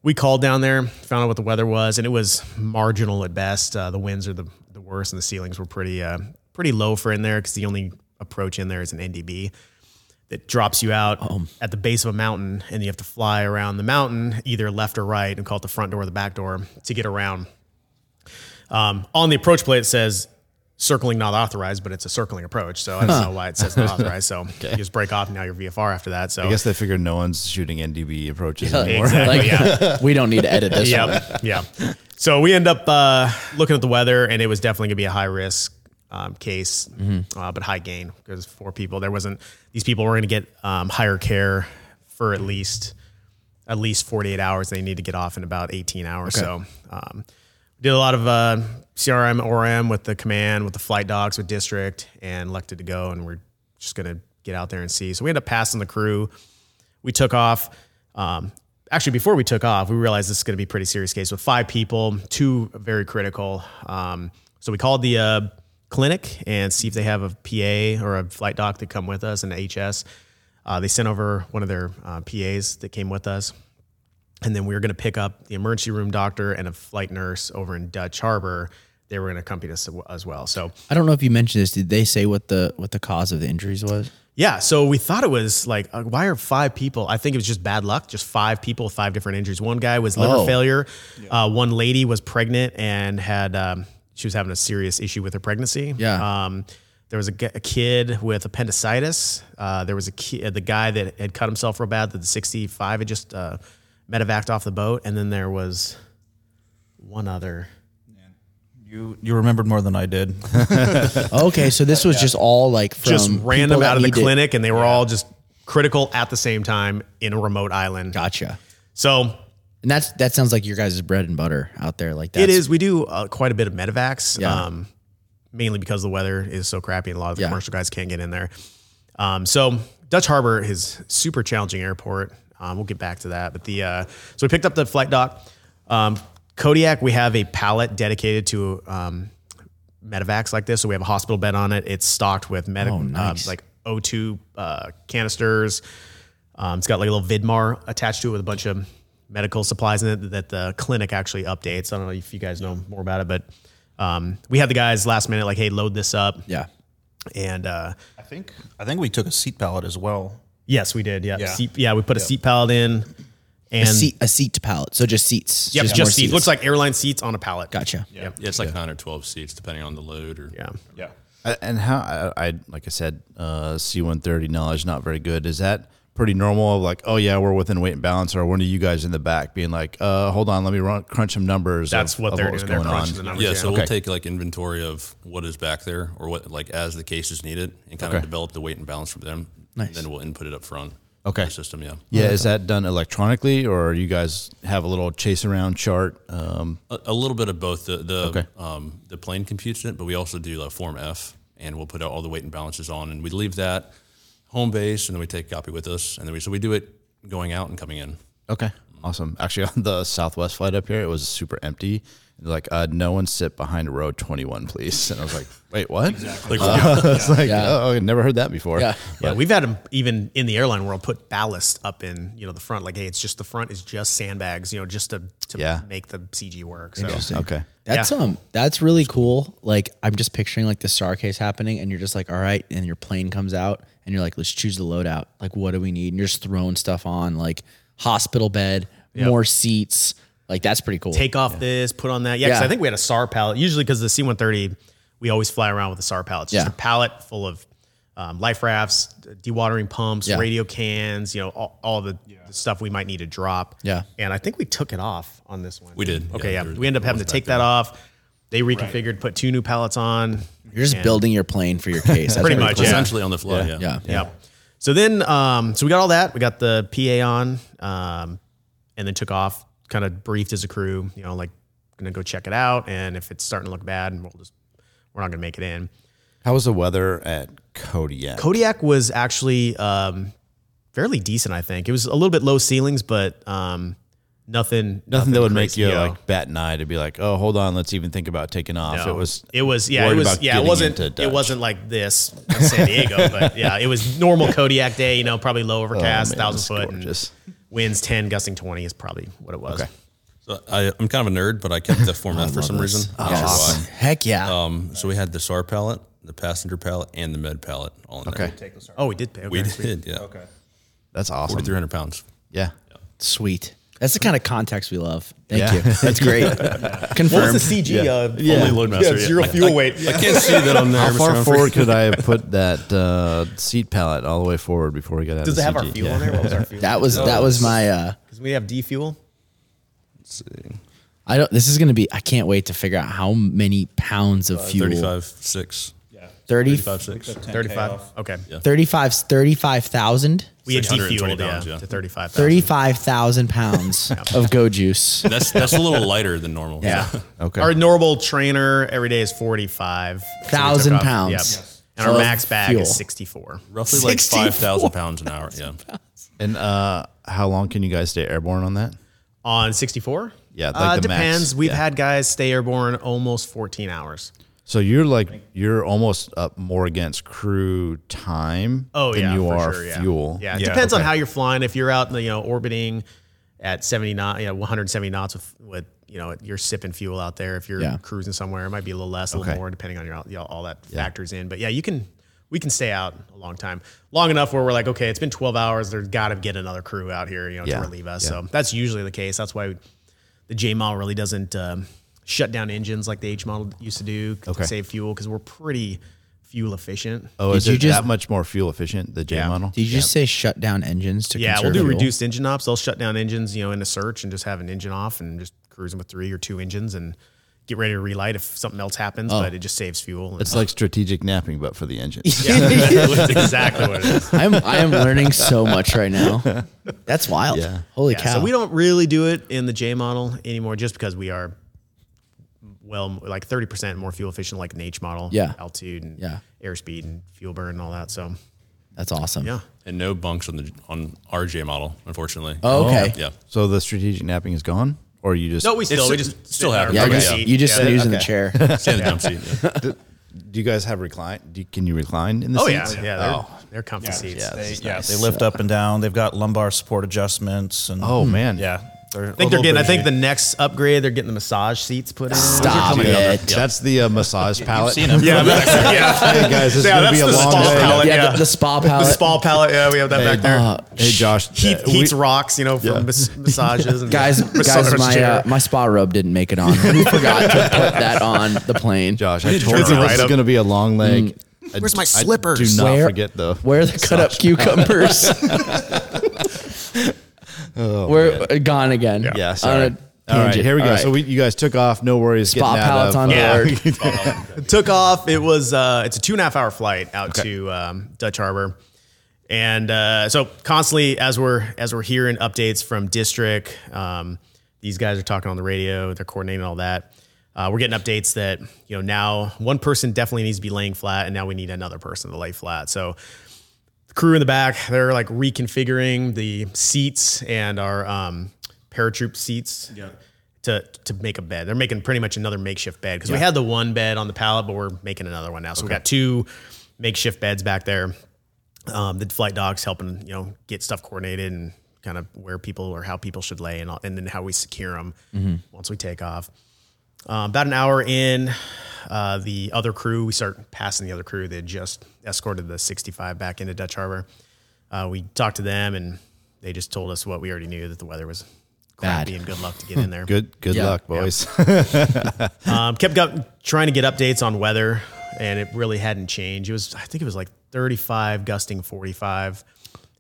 [SPEAKER 4] we called down there, found out what the weather was, and it was marginal at best. Uh, the winds are the the worst, and the ceilings were pretty uh, pretty low for in there because the only approach in there is an NDB that drops you out
[SPEAKER 1] Um.
[SPEAKER 4] at the base of a mountain, and you have to fly around the mountain either left or right, and call it the front door or the back door to get around. Um, on the approach plate, it says circling not authorized, but it's a circling approach. So I don't know why it says not authorized. So you just break off and now you're VFR after that. So
[SPEAKER 1] I guess they figured no one's shooting NDB approaches anymore.
[SPEAKER 4] exactly.
[SPEAKER 2] Like,
[SPEAKER 4] yeah.
[SPEAKER 2] we don't need to edit this. one.
[SPEAKER 4] Yeah, yeah. So we end up uh, looking at the weather, and it was definitely going to be a high risk um, case, uh, but high gain because four people. There wasn't these people were going to get um, higher care for at least at least forty eight hours. They need to get off in about eighteen hours. So um, did a lot of uh, CRM ORM with the command, with the flight dogs, with district, and elected to go, and we're just going to get out there and see. So we end up passing the crew we took off. Um, actually, before we took off, we realized this is going to be a pretty serious case with five people, two very critical. Um, so we called the uh, clinic and see if they have a PA or a flight doc to come with us, an HS. Uh, they sent over one of their uh, PAs that came with us. And then we were going to pick up the emergency room doctor and a flight nurse over in Dutch Harbor. They were going to accompany us as well. So
[SPEAKER 2] I don't know if you mentioned this. Did they say what the what the cause of the injuries was?
[SPEAKER 4] Yeah, so we thought it was like, uh, why are five people? I think it was just bad luck. Just five people with five different injuries. One guy was liver
[SPEAKER 2] Oh.
[SPEAKER 4] failure. Uh, one lady was pregnant and had um, she was having a serious issue with her pregnancy.
[SPEAKER 2] Yeah.
[SPEAKER 4] Um, there was a, g- a kid with appendicitis. Uh, there was a ki- uh, the guy that had cut himself real bad. That the sixty five had just uh, medevaced off the boat, and then there was one other.
[SPEAKER 3] You you remembered more than I did.
[SPEAKER 2] Oh, Okay, so this was just all like from
[SPEAKER 4] just
[SPEAKER 2] people
[SPEAKER 4] random
[SPEAKER 2] that
[SPEAKER 4] out of the
[SPEAKER 2] needed-
[SPEAKER 4] clinic, and they were all just critical at the same time in a remote island.
[SPEAKER 2] Gotcha.
[SPEAKER 4] So
[SPEAKER 2] And that's that sounds like your guys' bread and butter out there. Like that's,
[SPEAKER 4] It is. We do uh, quite a bit of medevacs,
[SPEAKER 2] Yeah.
[SPEAKER 4] um, mainly because the weather is so crappy and a lot of the
[SPEAKER 2] Yeah.
[SPEAKER 4] commercial guys can't get in there. Um, so Dutch Harbor is super challenging airport. Um, we'll get back to that. But the uh, so we picked up the flight dock. Um, Kodiak, we have a pallet dedicated to um, medevacs like this. So we have a hospital bed on it. It's stocked with medical,
[SPEAKER 2] Oh, nice.
[SPEAKER 4] like O2 uh, canisters. Um, it's got like a little Vidmar attached to it with a bunch of medical supplies in it that the clinic actually updates. I don't know if you guys know more about it, but um, we had the guys last minute like, hey, load this up.
[SPEAKER 2] Yeah.
[SPEAKER 4] And uh,
[SPEAKER 3] I think I think we took a seat pallet as well.
[SPEAKER 4] yes, we did. Yeah.
[SPEAKER 3] Yeah.
[SPEAKER 4] Seat, yeah we put a seat pallet in and
[SPEAKER 2] A seat a seat pallet. So just seats.
[SPEAKER 4] Yep, just,
[SPEAKER 2] more
[SPEAKER 4] seats. Looks like airline seats on a pallet.
[SPEAKER 2] gotcha.
[SPEAKER 4] Yep.
[SPEAKER 5] Yeah, it's like nine or twelve seats depending on the load or
[SPEAKER 4] Yeah.
[SPEAKER 3] Yeah.
[SPEAKER 1] I- And how I, I like I said, uh, C one thirty knowledge not very good. Is that pretty normal? Of like, oh yeah, we're within weight and balance, or one of you guys in the back being like, uh, hold on, let me run, crunch some numbers.
[SPEAKER 4] That's
[SPEAKER 1] of-
[SPEAKER 4] what
[SPEAKER 1] of
[SPEAKER 4] they're
[SPEAKER 1] was
[SPEAKER 4] doing. They're crunching the numbers.
[SPEAKER 5] Yeah, so we'll
[SPEAKER 1] Okay.
[SPEAKER 5] take like inventory of what is back there or what like as the case is needed and kind of develop the weight and balance for them.
[SPEAKER 2] Nice.
[SPEAKER 5] Then we'll input it up front.
[SPEAKER 1] Okay.
[SPEAKER 5] in The system, yeah.
[SPEAKER 1] Yeah, is that done electronically, or you guys have a little chase around chart? Um,
[SPEAKER 5] A, a little bit of both. The the
[SPEAKER 1] Okay.
[SPEAKER 5] um, the plane computes it, but we also do a form F, and we'll put out all the weight and balances on, and we leave that home base, and then we take a copy with us, and then we so we do it going out and coming in.
[SPEAKER 1] okay, Awesome. Actually, on the Southwest flight up here, it was super empty. They're like, uh, no one sit behind row 21, please. And I was like, wait, what? Exactly. it's like, oh, I never heard that before.
[SPEAKER 2] Yeah.
[SPEAKER 4] Yeah, we've had them even in the airline world put ballast up in you know the front. Like, hey, it's just the front is just sandbags, you know, just to, to
[SPEAKER 1] Yeah.
[SPEAKER 4] make the CG work. So
[SPEAKER 1] Okay.
[SPEAKER 2] That's
[SPEAKER 4] Yeah.
[SPEAKER 2] um that's really cool. Like I'm just picturing like the SAR case happening and you're just like, all right, and your plane comes out and you're like, let's choose the loadout. Like what do we need? And you're just throwing stuff on like hospital bed, more seats. Like that's pretty cool.
[SPEAKER 4] take off this, put on that. Yeah, 'cause
[SPEAKER 2] Yeah.
[SPEAKER 4] I think we had a SAR pallet usually because the C one thirty, we always fly around with a SAR pallet. It's just
[SPEAKER 2] Yeah.
[SPEAKER 4] a pallet full of um, life rafts, dewatering pumps,
[SPEAKER 2] Yeah.
[SPEAKER 4] radio cans, you know, all, all the, the stuff we might need to drop.
[SPEAKER 2] Yeah.
[SPEAKER 4] and I think we took it off on this one.
[SPEAKER 5] We did.
[SPEAKER 4] Okay,
[SPEAKER 5] Yeah,
[SPEAKER 4] yeah,
[SPEAKER 5] there was-
[SPEAKER 4] we ended up having to take that off. They reconfigured, put two new pallets on.
[SPEAKER 2] you're just building your plane for your case. That's
[SPEAKER 4] Pretty
[SPEAKER 2] really
[SPEAKER 4] much,
[SPEAKER 2] cool.
[SPEAKER 4] yeah.
[SPEAKER 5] Essentially on the fly. Yeah.
[SPEAKER 2] Yeah.
[SPEAKER 4] Yep. So then, um, so we got all that. We got the PA on, um, and then took off. Kind of briefed as a crew, you know, like gonna go check it out, and if it's starting to look bad, we'll just we're not gonna make it in.
[SPEAKER 1] How was the weather at Kodiak?
[SPEAKER 4] Kodiak was actually um, fairly decent, I think. It was a little bit low ceilings, but um, nothing,
[SPEAKER 1] Nothing that would make
[SPEAKER 4] crazy,
[SPEAKER 1] you
[SPEAKER 4] you know.
[SPEAKER 1] like bat an eye to be like, oh, hold on, let's even think about taking off.
[SPEAKER 4] No.
[SPEAKER 1] It was
[SPEAKER 4] It was. Yeah.
[SPEAKER 1] worried
[SPEAKER 4] It was.
[SPEAKER 1] about
[SPEAKER 4] Yeah. It
[SPEAKER 1] getting
[SPEAKER 4] wasn't.
[SPEAKER 1] into
[SPEAKER 4] It
[SPEAKER 1] Dutch.
[SPEAKER 4] wasn't like this in San Diego, but yeah, it was normal Kodiak day. You know, probably low overcast,
[SPEAKER 1] man, it's
[SPEAKER 4] thousand foot, and
[SPEAKER 1] gorgeous.
[SPEAKER 4] winds ten, gusting twenty is probably what it was.
[SPEAKER 5] So I, I'm kind of a nerd, but I kept the format for some reason. Not sure why.
[SPEAKER 2] Awesome. Heck yeah.
[SPEAKER 5] Um, so we had the SAR pallet, the passenger pallet, and the med pallet all in
[SPEAKER 1] okay.
[SPEAKER 5] there.
[SPEAKER 4] Oh, we did. pay.
[SPEAKER 5] We
[SPEAKER 4] Okay.
[SPEAKER 5] did, yeah. Okay.
[SPEAKER 1] That's awesome.
[SPEAKER 5] 4,300 pounds.
[SPEAKER 1] Yeah.
[SPEAKER 2] Sweet. That's the kind of context we love. Thank
[SPEAKER 1] Yeah.
[SPEAKER 2] you. That's great.
[SPEAKER 4] What
[SPEAKER 2] Confirmed.
[SPEAKER 4] was the CG? Uh,
[SPEAKER 5] Only loadmaster. Yeah,
[SPEAKER 4] zero fuel weight.
[SPEAKER 5] I can't see that on there.
[SPEAKER 1] How
[SPEAKER 5] Mr.
[SPEAKER 1] far
[SPEAKER 5] Humphrey.
[SPEAKER 1] forward could I have put that uh, seat pallet all the way forward before we got out of
[SPEAKER 4] Does it have
[SPEAKER 1] CG?
[SPEAKER 4] our fuel
[SPEAKER 1] Yeah.
[SPEAKER 4] on there? What was our fuel?
[SPEAKER 2] that was that was my uh
[SPEAKER 4] Because we have D fuel.
[SPEAKER 2] I don't this is going to be I can't wait to figure out how many pounds of fuel
[SPEAKER 5] 35, 6. Yeah.
[SPEAKER 2] 30
[SPEAKER 5] 35, 6.
[SPEAKER 4] Thirty-five. Okay.
[SPEAKER 2] 35 35,000
[SPEAKER 4] We had D
[SPEAKER 5] 620
[SPEAKER 4] fueled
[SPEAKER 5] pounds,
[SPEAKER 4] yeah,
[SPEAKER 5] yeah.
[SPEAKER 4] to thirty-five.
[SPEAKER 2] 35,000 pounds of go juice.
[SPEAKER 5] That's, that's a little lighter than normal.
[SPEAKER 2] Yeah.
[SPEAKER 1] Okay.
[SPEAKER 4] Our normal trainer every day is forty-five
[SPEAKER 2] Thousand
[SPEAKER 4] So we took off-
[SPEAKER 2] pounds.
[SPEAKER 4] Yep.
[SPEAKER 2] Yes.
[SPEAKER 4] And our
[SPEAKER 2] Of
[SPEAKER 4] max bag
[SPEAKER 2] fuel.
[SPEAKER 4] is sixty-four.
[SPEAKER 5] Roughly like 5,000 pounds an hour. Yeah.
[SPEAKER 1] and uh, how long can you guys stay airborne on that?
[SPEAKER 4] on 64
[SPEAKER 1] Yeah, like
[SPEAKER 4] uh,
[SPEAKER 1] the max.
[SPEAKER 4] depends we've
[SPEAKER 1] Yeah.
[SPEAKER 4] had guys stay airborne almost 14 hours
[SPEAKER 1] So you're like you're almost up more against crew time
[SPEAKER 4] oh
[SPEAKER 1] than
[SPEAKER 4] yeah
[SPEAKER 1] you
[SPEAKER 4] for
[SPEAKER 1] are
[SPEAKER 4] sure, yeah.
[SPEAKER 1] fuel.
[SPEAKER 4] yeah, it
[SPEAKER 3] Yeah.
[SPEAKER 4] depends on
[SPEAKER 1] Okay.
[SPEAKER 4] how you're flying if you're out you know orbiting at 70 knots you know, 170 knots with with you know you're sipping fuel out there if you're
[SPEAKER 2] Yeah.
[SPEAKER 4] cruising somewhere it might be a little less a
[SPEAKER 1] Okay.
[SPEAKER 4] little more depending on your you know, all that factors in but yeah you can we can stay out a long time long enough where we're like okay it's been 12 hours there's got to get another crew out here you know
[SPEAKER 1] Yeah.
[SPEAKER 4] to relieve us
[SPEAKER 1] Yeah.
[SPEAKER 4] so that's usually the case that's why the J model really doesn't um, shut down engines like the H model used to do to
[SPEAKER 1] Okay.
[SPEAKER 4] save fuel because we're pretty fuel efficient.
[SPEAKER 1] Oh,
[SPEAKER 2] Did
[SPEAKER 1] is
[SPEAKER 2] you
[SPEAKER 1] it
[SPEAKER 2] just-
[SPEAKER 1] that much more fuel efficient the J
[SPEAKER 4] Yeah.
[SPEAKER 1] model?
[SPEAKER 2] Did you just say shut down engines to
[SPEAKER 4] yeah, we'll
[SPEAKER 2] conserve
[SPEAKER 4] do
[SPEAKER 2] fuel?
[SPEAKER 4] reduced engine ops. They'll shut down engines, you know, in the search and just have an engine off and just cruising with three or two engines and get ready to relight if something else happens.
[SPEAKER 2] Oh.
[SPEAKER 4] But it just saves fuel. And
[SPEAKER 1] It's like strategic napping, but for the engine.
[SPEAKER 4] that's exactly what it is.
[SPEAKER 2] I'm I am learning so much right now. That's wild.
[SPEAKER 1] Yeah.
[SPEAKER 2] Holy
[SPEAKER 4] Yeah,
[SPEAKER 2] cow.
[SPEAKER 4] so we don't really do it in the J model anymore, just because we are well like thirty percent more fuel efficient, like an H model,
[SPEAKER 2] Yeah.
[SPEAKER 4] altitude and
[SPEAKER 2] Yeah.
[SPEAKER 4] airspeed and fuel burn and all that. So
[SPEAKER 2] That's awesome.
[SPEAKER 4] yeah.
[SPEAKER 5] And no bunks on the on RJ model, unfortunately.
[SPEAKER 2] Oh, okay.
[SPEAKER 5] Yeah.
[SPEAKER 1] so the strategic napping is gone, or you just
[SPEAKER 4] No, we still we
[SPEAKER 5] It's-
[SPEAKER 4] just
[SPEAKER 5] it's still
[SPEAKER 4] sit in our
[SPEAKER 5] happening.
[SPEAKER 2] Yeah,
[SPEAKER 5] Okay,
[SPEAKER 2] just,
[SPEAKER 5] yeah.
[SPEAKER 2] you just
[SPEAKER 4] Yeah,
[SPEAKER 2] snooze in the chair. That's
[SPEAKER 5] Stand jump seat. yeah.
[SPEAKER 1] do you guys have recline? Do you, can you recline in the
[SPEAKER 4] Oh yeah,
[SPEAKER 1] seats?
[SPEAKER 4] yeah, they're,
[SPEAKER 1] Oh.
[SPEAKER 4] they're comfy seats.
[SPEAKER 1] yeah.
[SPEAKER 4] I
[SPEAKER 3] They, yeah, they lift up and down. They've got lumbar support adjustments and
[SPEAKER 1] Oh man.
[SPEAKER 3] yeah. I
[SPEAKER 4] think they're getting. I think the next upgrade, they're getting the massage seats put in.
[SPEAKER 2] Stop
[SPEAKER 1] Dude,
[SPEAKER 2] it.
[SPEAKER 1] That's the uh, massage palette.
[SPEAKER 4] Yeah, yeah.
[SPEAKER 1] hey guys, this is gonna
[SPEAKER 4] Yeah, that's
[SPEAKER 1] be a
[SPEAKER 4] the
[SPEAKER 1] long
[SPEAKER 4] spa
[SPEAKER 1] day.
[SPEAKER 4] palette.
[SPEAKER 2] Yeah,
[SPEAKER 4] Yeah.
[SPEAKER 2] The, the spa
[SPEAKER 4] The
[SPEAKER 2] palette.
[SPEAKER 4] spa palette. Yeah, we have that back there.
[SPEAKER 2] Uh,
[SPEAKER 1] Hey Josh,
[SPEAKER 4] Heat,
[SPEAKER 1] uh, we-
[SPEAKER 4] heats rocks, you know, from
[SPEAKER 1] Yeah.
[SPEAKER 4] mas- massages. And
[SPEAKER 2] guys, guys,
[SPEAKER 4] massage
[SPEAKER 2] my
[SPEAKER 4] chair.
[SPEAKER 2] uh, my spa rub didn't make it on. We forgot to put that on the plane.
[SPEAKER 1] Josh, I told you
[SPEAKER 4] turn around.
[SPEAKER 1] this is going to be a long leg. I-
[SPEAKER 4] Where's my
[SPEAKER 1] I
[SPEAKER 4] slippers?
[SPEAKER 1] do not
[SPEAKER 2] Where-
[SPEAKER 1] forget the
[SPEAKER 2] Where are the cut up cucumbers? We're uh, gone again.
[SPEAKER 1] Yeah, sorry.
[SPEAKER 2] On a
[SPEAKER 1] All right,
[SPEAKER 2] tangent.
[SPEAKER 1] here we go.
[SPEAKER 2] All right.
[SPEAKER 1] So we, you guys took off. No worries.
[SPEAKER 2] spa
[SPEAKER 1] getting out
[SPEAKER 2] palettes
[SPEAKER 1] of,
[SPEAKER 2] on
[SPEAKER 1] uh,
[SPEAKER 4] Yeah.
[SPEAKER 2] board.
[SPEAKER 4] took off. It was uh, it's a two and a half hour flight out to um, Dutch Harbor, and uh, so constantly as we're as we're hearing updates from district, um, these guys are talking on the radio. They're coordinating all that. Uh, we're getting updates that you know now one person definitely needs to be laying flat, and now we need another person to lay flat. So the crew in the back, they're like reconfiguring the seats and our um, paratroop seats to to make a bed. They're making pretty much another makeshift bed because we had the one bed on the pallet, but we're making another one now. So we got two makeshift beds back there. Um, the flight dogs helping you know get stuff coordinated and kind of where people or how people should lay and all, and then how we secure them once we take off. Uh, about an hour in, uh, the other crew, we start passing the other crew that had just escorted the 65 back into Dutch Harbor. Uh, we talked to them and they just told us what we already knew that the weather was crappy
[SPEAKER 2] Bad.
[SPEAKER 4] and good luck to get in there.
[SPEAKER 1] Hmm. Good good
[SPEAKER 2] Yeah.
[SPEAKER 1] luck, boys.
[SPEAKER 4] Um, kept got, trying to get updates on weather and it really hadn't changed. It was, I think it was like 35, gusting 45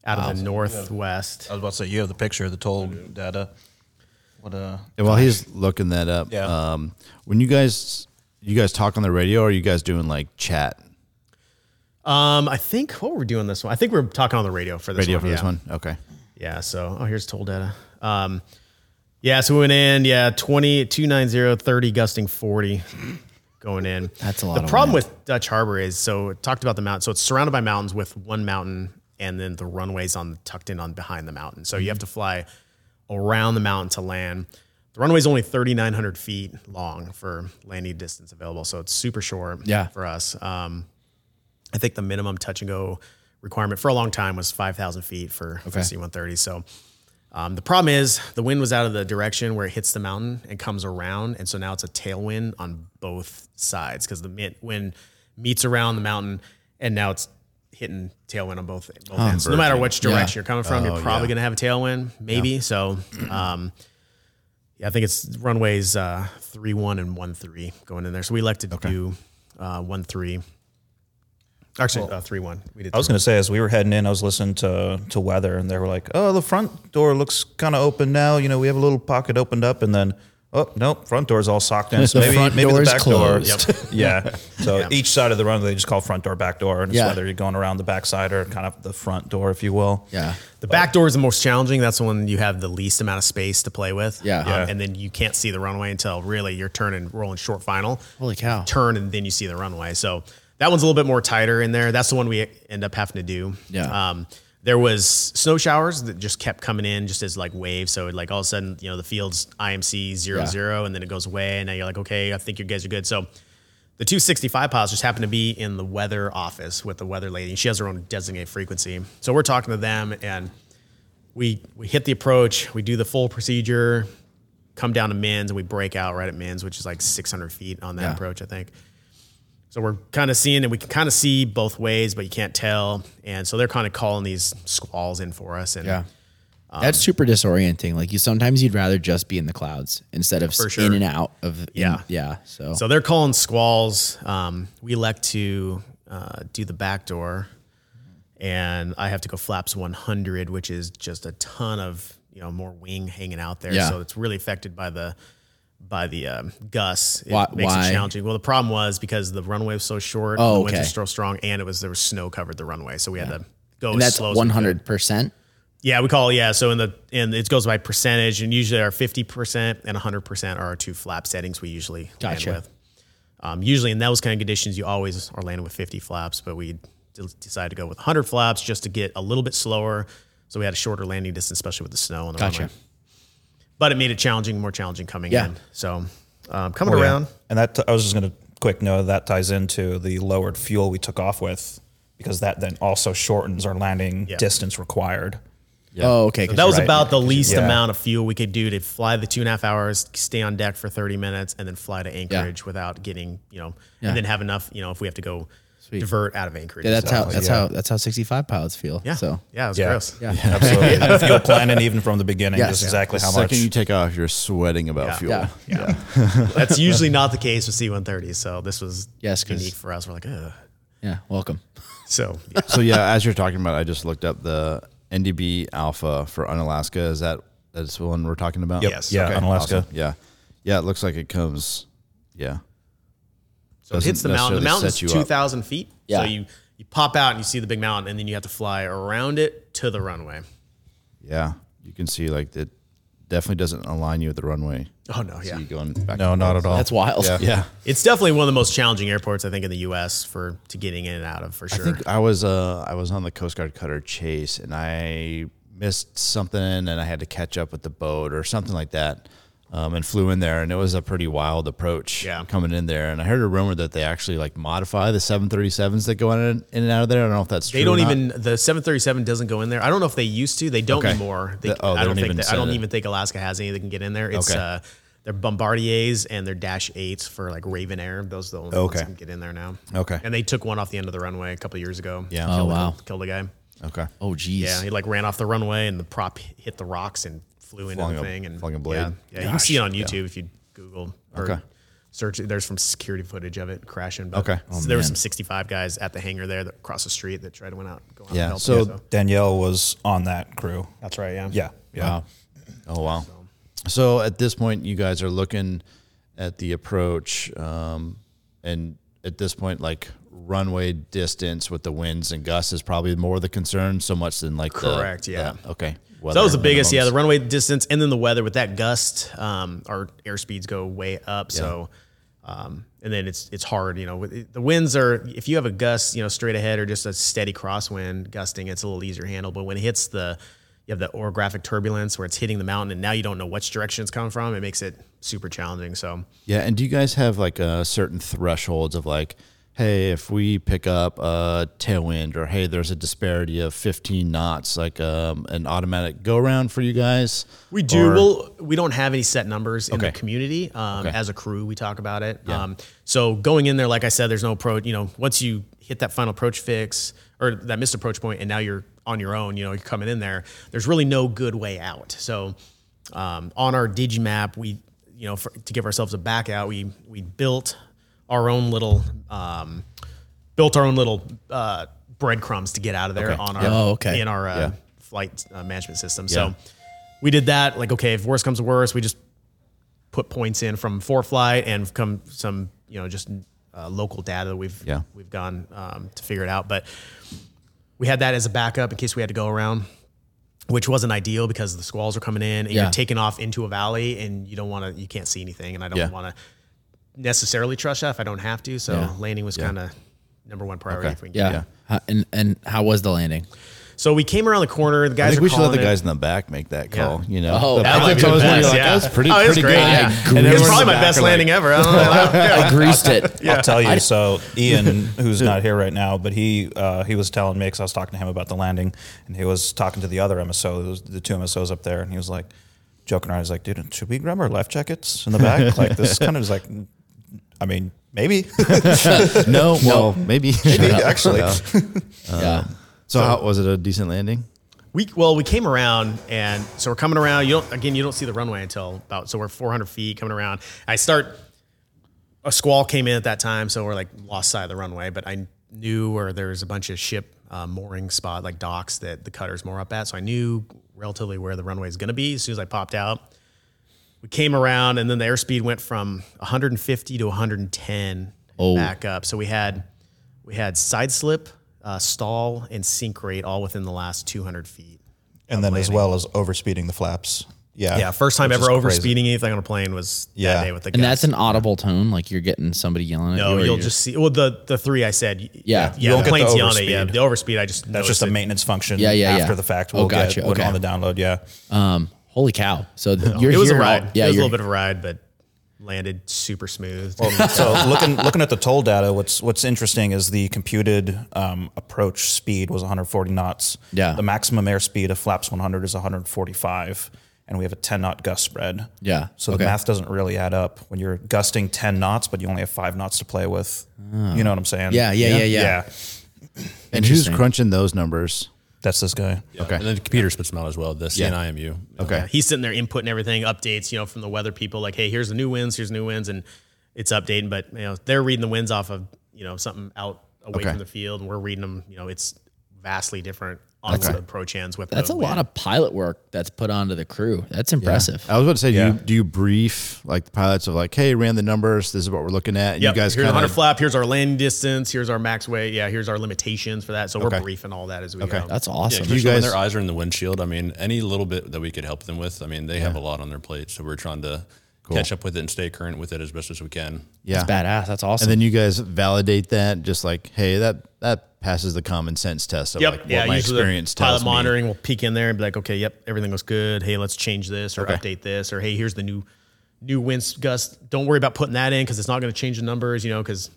[SPEAKER 4] out of the northwest.
[SPEAKER 3] I was about to say you have the picture of the toll data. What uh
[SPEAKER 1] And while he's looking that up,
[SPEAKER 3] Yeah.
[SPEAKER 1] um, when you guys you guys talk on the radio, or are you guys doing like chat
[SPEAKER 4] Um, I think what were we doing this one? I think we are talking on the radio for this
[SPEAKER 1] radio
[SPEAKER 4] one.
[SPEAKER 1] for this
[SPEAKER 4] yeah.
[SPEAKER 1] one? Okay,
[SPEAKER 4] Yeah. So, oh, here's toll data. Um, yeah. So we went in, yeah, 20, 290, 30, gusting 40 going in.
[SPEAKER 2] That's a lot
[SPEAKER 4] The
[SPEAKER 2] of
[SPEAKER 4] problem with Dutch Harbor is so it talked about the mountain. So it's surrounded by mountains with one mountain and then the runways on tucked in on behind the mountain. So you have to
[SPEAKER 2] Mm-hmm.
[SPEAKER 4] fly around the mountain to land. The runway is only 3,900 feet long for landing distance available. So it's super short
[SPEAKER 2] Yeah.
[SPEAKER 4] for us. Um, I think the minimum touch and go requirement for a long time was 5,000 feet for, for
[SPEAKER 2] Okay.
[SPEAKER 4] C-130. So um, the problem is the wind was out of the direction where it hits the mountain and comes around. And so now it's a tailwind on both sides because the min- wind meets around the mountain and now it's hitting tailwind on both, both ends. No matter which direction you're coming
[SPEAKER 3] Oh,
[SPEAKER 4] from, you're probably going to have a tailwind, maybe. So um, yeah, I think it's runways uh, 3-1 and 1-3 going in there. So we elected to do uh, 1-3. Actually, uh, three one. We did.
[SPEAKER 3] I was going to say, as we were heading in, I was listening to to weather, and they were like, "Oh, the front door looks kind of open now. You know, we have a little pocket opened up, and then." Oh nope! Front door's all socked in. So
[SPEAKER 2] The
[SPEAKER 3] maybe
[SPEAKER 2] front
[SPEAKER 3] maybe
[SPEAKER 2] door
[SPEAKER 3] the
[SPEAKER 2] is
[SPEAKER 3] back
[SPEAKER 2] closed.
[SPEAKER 3] door. Yeah. So each side of the runway they just call front door, back door, and it's
[SPEAKER 2] Yeah.
[SPEAKER 3] whether you're going around the back side or kind of the front door, if you will.
[SPEAKER 2] Yeah.
[SPEAKER 4] the back door is the most challenging. That's the one you have the least amount of space to play with.
[SPEAKER 2] Yeah.
[SPEAKER 4] Um,
[SPEAKER 2] Yeah.
[SPEAKER 4] and then you can't see the runway until really you're turning, rolling short final.
[SPEAKER 2] Holy cow.
[SPEAKER 4] Turn and then you see the runway. So that one's a little bit more tighter in there. That's the one we end up having to do.
[SPEAKER 2] Yeah.
[SPEAKER 4] Um, there was snow showers that just kept coming in just as like waves. So it, like all of a sudden, you know, the field's IMC zero
[SPEAKER 2] Yeah.
[SPEAKER 4] zero, and then it goes away, and now you're like, okay, I think you guys are good. So the 265 piles just happened to be in the weather office with the weather lady. She has her own designated frequency. So we're talking to them and we we hit the approach, we do the full procedure, come down to Mins and we break out right at Mins, which is like 600 feet on that
[SPEAKER 2] Yeah.
[SPEAKER 4] approach, I think. So we're kind of seeing, and we can kind of see both ways, but you can't tell. And so they're kind of calling these squalls in for us. And
[SPEAKER 2] Yeah. That's
[SPEAKER 4] Um,
[SPEAKER 2] super disorienting. Like you sometimes you'd rather just be in the clouds instead of
[SPEAKER 4] sure.
[SPEAKER 2] in and out of in-
[SPEAKER 4] Yeah.
[SPEAKER 2] yeah. So,
[SPEAKER 4] so they're calling squalls. Um, we elect to uh, do the back door, and I have to go flaps 100, which is just a ton of you know more wing hanging out there.
[SPEAKER 2] Yeah.
[SPEAKER 4] So it's really affected by the by the um, gusts. It
[SPEAKER 2] Why-
[SPEAKER 4] makes
[SPEAKER 2] why?
[SPEAKER 4] it challenging. Well, the problem was because the runway was so short,
[SPEAKER 2] Oh,
[SPEAKER 4] the
[SPEAKER 2] okay.
[SPEAKER 4] winds were so strong, and it was there was snow covered the runway, so we had to go
[SPEAKER 2] and
[SPEAKER 4] as
[SPEAKER 2] that's
[SPEAKER 4] slow. as we could.
[SPEAKER 2] 100%.
[SPEAKER 4] Yeah, we call it, yeah. So in the and it goes by percentage, and usually our fifty percent and hundred percent are our two flap settings we usually
[SPEAKER 2] Gotcha.
[SPEAKER 4] land with. Um, usually in those kind of conditions, you always are landing with fifty flaps, but we d- decided to go with hundred flaps just to get a little bit slower. So we had a shorter landing distance, especially with the snow on the
[SPEAKER 2] Gotcha.
[SPEAKER 4] runway. But it made it challenging, more challenging coming
[SPEAKER 2] Yeah.
[SPEAKER 4] in. So um, coming
[SPEAKER 3] Oh, Yeah.
[SPEAKER 4] around,
[SPEAKER 3] And that I was just going to quick note that ties into the lowered fuel we took off with because that then also shortens our landing
[SPEAKER 4] Yeah.
[SPEAKER 3] distance required.
[SPEAKER 2] Oh, okay. 'cause
[SPEAKER 4] that was
[SPEAKER 2] you're right.
[SPEAKER 4] about the least
[SPEAKER 3] Yeah.
[SPEAKER 4] amount of fuel we could do to fly the two and a half hours, stay on deck for 30 minutes, and then fly to Anchorage without getting, you know,
[SPEAKER 2] Yeah.
[SPEAKER 4] and then have enough, you know, if we have to go divert out of Anchorage.
[SPEAKER 2] Yeah, that's
[SPEAKER 4] So-
[SPEAKER 2] how that's how that's how 65 pilots feel.
[SPEAKER 4] yeah.
[SPEAKER 2] So,
[SPEAKER 4] yeah, it was
[SPEAKER 3] Yeah.
[SPEAKER 4] gross.
[SPEAKER 2] yeah.
[SPEAKER 3] Absolutely. And fuel planning even from the beginning,
[SPEAKER 2] Yes.
[SPEAKER 3] just
[SPEAKER 2] Yeah.
[SPEAKER 3] exactly
[SPEAKER 1] the
[SPEAKER 3] how
[SPEAKER 1] second
[SPEAKER 3] much.
[SPEAKER 1] you take off, you're sweating about
[SPEAKER 4] Yeah.
[SPEAKER 1] fuel.
[SPEAKER 2] Yeah.
[SPEAKER 4] Yeah. that's usually not the case with C 130. So this was
[SPEAKER 2] Yes, 'cause-
[SPEAKER 4] unique for us. We're like, Ugh.
[SPEAKER 2] Yeah, welcome.
[SPEAKER 4] so yeah.
[SPEAKER 1] So yeah, as you're talking about, I just looked up the NDB Alpha for Unalaska. Is that that's the one we're talking about?
[SPEAKER 3] Yep.
[SPEAKER 4] Yes.
[SPEAKER 3] Yeah,
[SPEAKER 1] Okay,
[SPEAKER 3] Unalaska.
[SPEAKER 1] awesome. Yeah, yeah. It looks like it comes. Yeah.
[SPEAKER 4] So it hits the
[SPEAKER 1] Doesn't necessarily
[SPEAKER 4] mountain. The mountain's
[SPEAKER 1] set you up.
[SPEAKER 4] 2,000 feet.
[SPEAKER 2] Yeah.
[SPEAKER 4] So you, you pop out and you see the big mountain, and then you have to fly around it to the runway.
[SPEAKER 1] Yeah, you can see like it definitely doesn't align you with the runway.
[SPEAKER 4] Oh, no. Yeah.
[SPEAKER 1] You going back?
[SPEAKER 3] no, not at all.
[SPEAKER 2] That's wild.
[SPEAKER 1] Yeah. yeah.
[SPEAKER 4] It's definitely one of the most challenging airports I think in the U.S. for to getting in and out of for sure.
[SPEAKER 1] I think I was uh I was on the Coast Guard cutter chase and I missed something and I had to catch up with the boat or something like that. Um, and flew in there, and it was a pretty wild approach
[SPEAKER 4] Yeah.
[SPEAKER 1] coming in there. And I heard a rumor that they actually like modify the 737s that go in and, in and out of there. I don't know if that's
[SPEAKER 4] They
[SPEAKER 1] true or
[SPEAKER 4] don't
[SPEAKER 1] not.
[SPEAKER 4] even the 737 doesn't go in there. I don't know if they used to. They don't
[SPEAKER 1] Okay.
[SPEAKER 4] anymore. They,
[SPEAKER 1] The- oh, they
[SPEAKER 4] I don't,
[SPEAKER 1] don't
[SPEAKER 4] think
[SPEAKER 1] even
[SPEAKER 4] that, I
[SPEAKER 1] say
[SPEAKER 4] don't
[SPEAKER 1] that.
[SPEAKER 4] even think Alaska has any that can get in there. It's
[SPEAKER 1] Okay.
[SPEAKER 4] uh, they're Bombardiers and they're Dash Eights for like Raven Air. Those are the only ones
[SPEAKER 1] Okay.
[SPEAKER 4] that can get in there now.
[SPEAKER 1] Okay.
[SPEAKER 4] And they took one off the end of the runway a couple years ago.
[SPEAKER 1] Yeah.
[SPEAKER 4] Killed
[SPEAKER 2] Oh,
[SPEAKER 4] a-
[SPEAKER 2] wow.
[SPEAKER 4] Killed a guy.
[SPEAKER 1] Okay.
[SPEAKER 2] Oh, geez.
[SPEAKER 4] Yeah. He like ran off the runway and the prop hit the rocks and flew into
[SPEAKER 1] Flung
[SPEAKER 4] the
[SPEAKER 1] a-
[SPEAKER 4] thing and
[SPEAKER 1] flung a blade.
[SPEAKER 4] Yeah, yeah you can see it on YouTube if you Google or
[SPEAKER 1] Okay.
[SPEAKER 4] search. it. There's from security footage of it crashing. But
[SPEAKER 1] Okay. Oh,
[SPEAKER 4] so there were some 65 guys at the hangar there that across the street that tried to went out. Go out
[SPEAKER 1] Yeah,
[SPEAKER 4] And help
[SPEAKER 1] so-
[SPEAKER 4] you,
[SPEAKER 3] Danielle was on that crew.
[SPEAKER 4] that's right. Yeah.
[SPEAKER 3] Yeah. Yeah.
[SPEAKER 1] Wow. Oh wow. So at this point, you guys are looking at the approach, um, and at this point, like runway distance with the winds and gusts is probably more the concern, so much than like the-
[SPEAKER 4] Correct, yeah.
[SPEAKER 1] the- okay.
[SPEAKER 4] So that was the biggest, yeah.
[SPEAKER 1] minimums.
[SPEAKER 4] The runway distance and then the weather with that gust, um, our airspeeds go way up. So, um, and then it's it's hard, you know. With, the winds are if you have a gust, you know, straight ahead or just a steady crosswind gusting, it's a little easier to handle. But when it hits the, you have the orographic turbulence where it's hitting the mountain and now you don't know which direction it's coming from. It makes it super challenging. So
[SPEAKER 1] Yeah, and do you guys have like uh, certain thresholds of like, hey, if we pick up a tailwind, or hey, there's a disparity of 15 knots, like um, an automatic go round for you guys?
[SPEAKER 4] We do.
[SPEAKER 1] Or-
[SPEAKER 4] well, we don't have any set numbers in the
[SPEAKER 1] Okay.
[SPEAKER 4] community. Um,
[SPEAKER 1] Okay.
[SPEAKER 4] As a crew, we talk about it. Um, so going in there, like I said, there's no approach. You know, once you hit that final approach fix or that missed approach point, and now you're on your own. You know, you're coming in there. There's really no good way out. So um, on our digimap, we you know for, to give ourselves a back out, we we built our own little um, built our own little uh, breadcrumbs to get out of there on our
[SPEAKER 2] Oh, okay.
[SPEAKER 4] in our uh,
[SPEAKER 1] Yeah.
[SPEAKER 4] flight uh, management system.
[SPEAKER 1] Yeah.
[SPEAKER 4] So we did that. Like, okay, if worse comes to worse, we just put points in from four flight and come some, you know, just uh, local data that we've
[SPEAKER 1] Yeah.
[SPEAKER 4] we've gone um, to figure it out. But we had that as a backup in case we had to go around, which wasn't ideal because the squalls are coming in and
[SPEAKER 2] Yeah.
[SPEAKER 4] you're taking off into a valley and you don't want to, you can't see anything, and I don't
[SPEAKER 1] Yeah.
[SPEAKER 4] want to necessarily trust that if I don't have to. So
[SPEAKER 2] Yeah.
[SPEAKER 4] landing was kind of number one priority.
[SPEAKER 1] Okay.
[SPEAKER 4] If we can get
[SPEAKER 2] Yeah.
[SPEAKER 1] Yeah.
[SPEAKER 2] How, and and how was the landing?
[SPEAKER 4] So we came around the corner. The guys
[SPEAKER 1] I think
[SPEAKER 4] are
[SPEAKER 1] we should let
[SPEAKER 4] calling
[SPEAKER 1] the
[SPEAKER 4] it.
[SPEAKER 1] guys in the back make that call.
[SPEAKER 4] Yeah.
[SPEAKER 1] You know,
[SPEAKER 2] Oh,
[SPEAKER 1] the
[SPEAKER 2] that
[SPEAKER 1] backups
[SPEAKER 4] might be the
[SPEAKER 1] always wanna be
[SPEAKER 4] best,
[SPEAKER 1] like,
[SPEAKER 4] yeah.
[SPEAKER 1] that was pretty,
[SPEAKER 4] Oh, it was
[SPEAKER 1] pretty
[SPEAKER 4] great,
[SPEAKER 1] good.
[SPEAKER 4] yeah.
[SPEAKER 1] And
[SPEAKER 4] It was
[SPEAKER 1] everyone's
[SPEAKER 4] probably
[SPEAKER 1] in the
[SPEAKER 4] my
[SPEAKER 1] back
[SPEAKER 4] best
[SPEAKER 1] are like,
[SPEAKER 4] landing ever. I don't know.
[SPEAKER 2] I greased it.
[SPEAKER 3] I'll tell you. So Ian, who's not here right now, but he uh, he was telling me because I was talking to him about the landing, and he was talking to the other MSO, it was the two MSOs up there, and he was like joking around. He's like, "Dude, should we grab our life jackets in the back?" like this kind of is like, I mean, maybe.
[SPEAKER 1] No, well, maybe.
[SPEAKER 3] actually.
[SPEAKER 1] Yeah.
[SPEAKER 2] yeah.
[SPEAKER 1] So, how was it a decent landing?
[SPEAKER 4] we well, we came around, and so we're coming around. You don't again, you don't see the runway until about so we're 400 feet coming around. I start. A squall came in at that time, so we're like lost sight of the runway. But I knew where there's a bunch of ship uh, mooring spot like docks that the cutters moor up at, so I knew relatively where the runway is going to be. As soon as I popped out, we came around and then the airspeed went from 150 to 110
[SPEAKER 2] Oh.
[SPEAKER 4] back up. So we had we had side slip, uh, stall, and sink rate all within the last 200 feet.
[SPEAKER 3] and then as well as overspeeding the flaps. Yeah.
[SPEAKER 4] Yeah, first time
[SPEAKER 3] Which
[SPEAKER 4] ever
[SPEAKER 3] is
[SPEAKER 4] over
[SPEAKER 3] crazy.
[SPEAKER 4] speeding anything on a plane was
[SPEAKER 3] Yeah.
[SPEAKER 4] that day with the
[SPEAKER 2] And
[SPEAKER 4] guys.
[SPEAKER 2] that's an audible tone, like you're getting somebody yelling at you.
[SPEAKER 4] no,
[SPEAKER 2] or
[SPEAKER 4] you'll
[SPEAKER 2] you're-
[SPEAKER 4] just see. Well, the the three I said.
[SPEAKER 2] Yeah. You
[SPEAKER 4] yeah,
[SPEAKER 3] won't
[SPEAKER 4] the
[SPEAKER 3] get the
[SPEAKER 4] planes yelling at you. Yeah,
[SPEAKER 3] overspeed.
[SPEAKER 4] the overspeed. I just
[SPEAKER 3] That's just a
[SPEAKER 4] noticed it.
[SPEAKER 3] maintenance function.
[SPEAKER 2] Yeah, yeah, yeah.
[SPEAKER 3] After the fact,
[SPEAKER 2] Oh,
[SPEAKER 3] we'll
[SPEAKER 2] gotcha,
[SPEAKER 3] get when-
[SPEAKER 2] okay.
[SPEAKER 3] on the download. Yeah,
[SPEAKER 2] um, holy cow. So th- you're
[SPEAKER 4] It was a
[SPEAKER 2] hearing all-
[SPEAKER 4] ride.
[SPEAKER 2] yeah,
[SPEAKER 4] it
[SPEAKER 2] you're-
[SPEAKER 4] was a little bit of a ride, but landed super smooth.
[SPEAKER 3] so looking looking at the toll data, what's what's interesting is the computed um, approach speed was 140 knots.
[SPEAKER 2] Yeah.
[SPEAKER 3] The maximum airspeed of flaps 100 is 145, and we have a 10 knot gust spread.
[SPEAKER 2] Yeah,
[SPEAKER 3] So
[SPEAKER 2] okay.
[SPEAKER 3] the math doesn't really add up when you're gusting 10 knots, but you only have five knots to play with. You know what I'm saying?
[SPEAKER 2] Oh. Yeah, yeah, yeah, yeah.
[SPEAKER 1] And who's
[SPEAKER 2] Interesting.
[SPEAKER 1] crunching those numbers?
[SPEAKER 3] That's this guy.
[SPEAKER 1] Okay.
[SPEAKER 5] And then the computer spits them out as well. The CNIMU.
[SPEAKER 1] Okay.
[SPEAKER 4] he's sitting there inputting everything, updates, you know, from the weather people, like, hey, here's the new winds, here's new winds, and it's updating. But you know, they're reading the winds off of you know something out away
[SPEAKER 1] Okay.
[SPEAKER 4] from the field, and we're reading them. You know, it's vastly different on the approach ends with
[SPEAKER 2] that's a
[SPEAKER 4] the
[SPEAKER 2] lot
[SPEAKER 4] wind.
[SPEAKER 2] of pilot work that's put onto the crew. That's impressive.
[SPEAKER 4] Oh.
[SPEAKER 1] I was about to say, do,
[SPEAKER 3] Yeah.
[SPEAKER 1] you, do you brief like the pilots of like, hey, ran the numbers. This is what we're looking at. And
[SPEAKER 4] Yep,
[SPEAKER 1] you guys
[SPEAKER 4] here's the
[SPEAKER 1] kind
[SPEAKER 4] hunter
[SPEAKER 1] of
[SPEAKER 4] flap. Here's our landing distance. Here's our max weight. Yeah, here's our limitations for that. So we're
[SPEAKER 1] Okay.
[SPEAKER 4] briefing all that as we go.
[SPEAKER 2] That's awesome.
[SPEAKER 5] Especially when
[SPEAKER 1] guys-
[SPEAKER 5] their eyes are in the windshield. I mean, any little bit that we could help them with. I mean, they have a lot on their plate, so we're trying to catch up with it and stay current with it as best as we can.
[SPEAKER 1] yeah.
[SPEAKER 2] That's badass. That's awesome.
[SPEAKER 1] And then you guys validate that, just like, hey, that that passes the common sense test of
[SPEAKER 4] Yep.
[SPEAKER 1] like what
[SPEAKER 4] yeah.
[SPEAKER 1] my
[SPEAKER 4] usually
[SPEAKER 1] experience
[SPEAKER 4] the pilot
[SPEAKER 1] tells me.
[SPEAKER 4] monitoring will peek in there and be like, okay, yep, everything looks good. Hey, let's change this or update this or hey, here's the new new wind gust. Don't worry about putting that in because it's not going to change the numbers. You know, because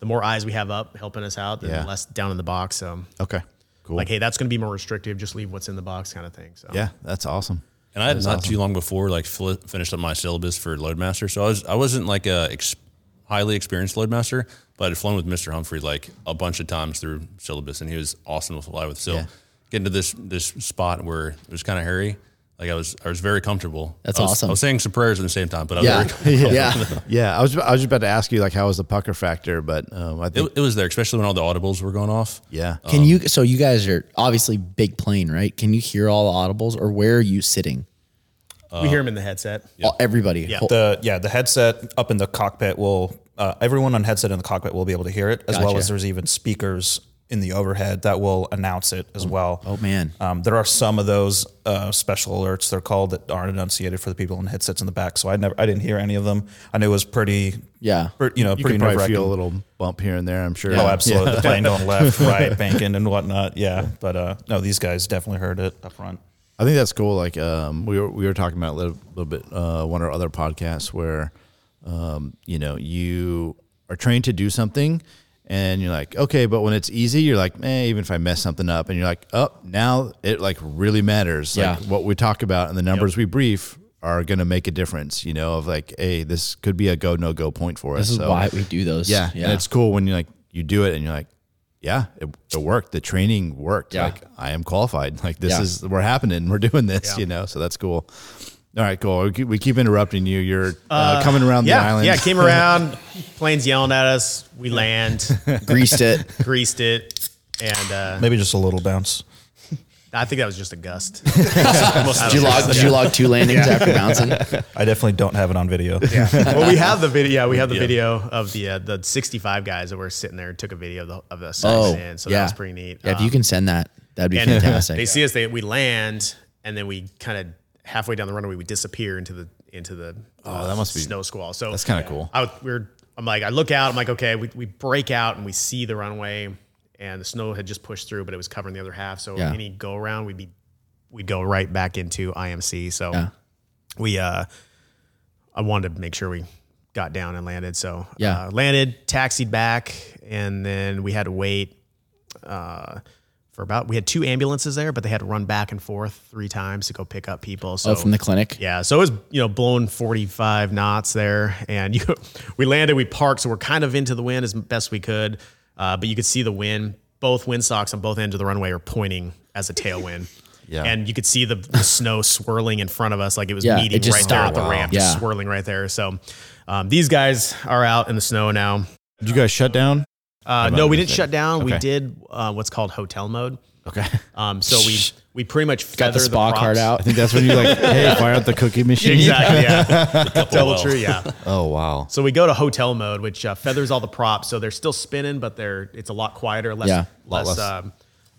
[SPEAKER 4] the more eyes we have up helping us out, the
[SPEAKER 1] Yeah.
[SPEAKER 4] less down in the box. So
[SPEAKER 1] Okay, cool.
[SPEAKER 4] like, hey, that's going to be more restrictive. Just leave what's in the box, kind of thing. So
[SPEAKER 1] yeah, that's awesome.
[SPEAKER 5] And I had not too long before like fli finished up my syllabus for Loadmaster, so I was I wasn't like a ex- highly experienced Loadmaster, but I'd flown with Mr. Humphrey like a bunch of times through syllabus, and he was awesome to fly with. So getting to this this spot where it was kind of hairy, like I was I was very comfortable.
[SPEAKER 2] That's
[SPEAKER 5] I was-
[SPEAKER 2] awesome.
[SPEAKER 5] I was saying some prayers at the same time, but I was very
[SPEAKER 2] Yeah.
[SPEAKER 5] comfortable.
[SPEAKER 2] yeah.
[SPEAKER 1] Yeah, I was I was just about to ask you like how was the pucker factor, but um, I think
[SPEAKER 5] It, it was there, especially when all the audibles were going off.
[SPEAKER 1] yeah.
[SPEAKER 2] Can you? So you guys are obviously big plane, right? Can you hear all the audibles, or where are you sitting?
[SPEAKER 4] we hear them in the headset.
[SPEAKER 2] All, everybody. Yeah.
[SPEAKER 3] The yeah, the headset up in the cockpit will uh, everyone on headset in the cockpit will be able to hear it, as well
[SPEAKER 2] Gotcha.
[SPEAKER 3] as there's even speakers in the overhead that will announce it as well.
[SPEAKER 2] oh man.
[SPEAKER 4] Uh,
[SPEAKER 3] Um, there are some of those uh, special alerts they're called that aren't enunciated for the people in headsets in the back. So I never, I didn't hear any of them. I knew it was pretty,
[SPEAKER 2] Yeah.
[SPEAKER 3] per- you know,
[SPEAKER 1] you
[SPEAKER 3] pretty
[SPEAKER 1] could probably
[SPEAKER 3] nerve
[SPEAKER 1] feel a
[SPEAKER 3] wracking.
[SPEAKER 1] little bump here and there. I'm sure.
[SPEAKER 3] Oh, absolutely. The plane going left, right, banking and whatnot. Yeah, but uh, no, these guys definitely heard it up front.
[SPEAKER 1] I think that's cool. Like um, we were we were talking about a little, little bit uh, one of our other podcasts where um, you know you are trained to do something and you're like okay, but when it's easy, you're like eh, even if I mess something up, and you're like oh now it like really matters. Like
[SPEAKER 2] Yeah.
[SPEAKER 1] what we talk about and the numbers we brief are going to make a difference. You know of like hey, this could be a go no go point for us.
[SPEAKER 2] This is
[SPEAKER 1] So-
[SPEAKER 2] why we do those.
[SPEAKER 1] yeah,
[SPEAKER 2] Yeah.
[SPEAKER 1] and it's cool when you like you do it and you're like, yeah, it, it worked. The training worked.
[SPEAKER 2] Yeah.
[SPEAKER 1] Like I am qualified. Like this
[SPEAKER 2] Yeah.
[SPEAKER 1] is we're happening. We're doing this. You know, so that's cool. All right, cool. We keep, we keep interrupting you. You're uh, coming around the
[SPEAKER 4] Yeah,
[SPEAKER 1] island.
[SPEAKER 4] yeah, came around, planes yelling at us. We land,
[SPEAKER 2] greased it.
[SPEAKER 4] greased it, and uh,
[SPEAKER 3] Maybe just a little bounce.
[SPEAKER 4] I think that was just a gust.
[SPEAKER 2] Did you log? Did you log two landings after bouncing?
[SPEAKER 3] I definitely don't have it on video.
[SPEAKER 4] well, we have the video. Yeah, we have the video of the uh, the 65 guys that were sitting there and took a video of the of the
[SPEAKER 2] Oh,
[SPEAKER 4] section. so that was pretty neat.
[SPEAKER 2] Yeah, if you
[SPEAKER 4] Um,
[SPEAKER 2] can send that, that'd be
[SPEAKER 4] and
[SPEAKER 2] fantastic.
[SPEAKER 4] They see us. They we land, and then we kind of halfway down the runway, we disappear into the into the oh,
[SPEAKER 1] that must be-
[SPEAKER 4] snow squall. So
[SPEAKER 1] that's kinda cool.
[SPEAKER 4] I would- we we're I'm like I look out. I'm like okay, we we break out and we see the runway, and the snow had just pushed through, but it was covering the other half. So
[SPEAKER 2] Yeah.
[SPEAKER 4] any go around, we'd be we'd go right back into IMC. So
[SPEAKER 2] Yeah.
[SPEAKER 4] we uh I wanted to make sure we got down and landed. So
[SPEAKER 2] Yeah.
[SPEAKER 4] uh, landed, taxied back, and then we had to wait uh, for about. We had two ambulances there, but they had to run back and forth three times to go pick up people. So
[SPEAKER 2] oh, from the clinic.
[SPEAKER 4] yeah, so it was you know blowing forty five knots there, and you we landed, we parked, so we're kind of into the wind as best we could, uh, but you could see the wind. Both windsocks on both ends of the runway are pointing as a tailwind.
[SPEAKER 1] Yeah.
[SPEAKER 4] And you could see the, the snow swirling in front of us, like it was
[SPEAKER 2] Yeah,
[SPEAKER 4] meeting
[SPEAKER 2] it just
[SPEAKER 4] right there at
[SPEAKER 2] stopped.
[SPEAKER 4] the
[SPEAKER 2] Wow.
[SPEAKER 4] ramp, just
[SPEAKER 2] Yeah.
[SPEAKER 4] swirling right there. So um, these guys are out in the snow now.
[SPEAKER 1] Did you guys shut down?
[SPEAKER 4] Uh,
[SPEAKER 1] about
[SPEAKER 4] no, we didn't
[SPEAKER 1] anything?
[SPEAKER 4] shut down. We
[SPEAKER 1] Okay.
[SPEAKER 4] did uh, what's called hotel mode.
[SPEAKER 1] Okay.
[SPEAKER 4] Um, so we we pretty much
[SPEAKER 2] Got
[SPEAKER 4] feather
[SPEAKER 2] the spa
[SPEAKER 4] props.
[SPEAKER 2] card out.
[SPEAKER 1] I think that's when you like, hey, fire up the cookie machine.
[SPEAKER 4] Exactly. Yeah. Double
[SPEAKER 5] well.
[SPEAKER 4] true. Yeah.
[SPEAKER 1] Oh wow.
[SPEAKER 4] So we go to hotel mode, which uh, feathers all the props. So they're still spinning, but they're it's a lot quieter, less
[SPEAKER 2] Yeah, a
[SPEAKER 1] lot less.
[SPEAKER 4] less, Um,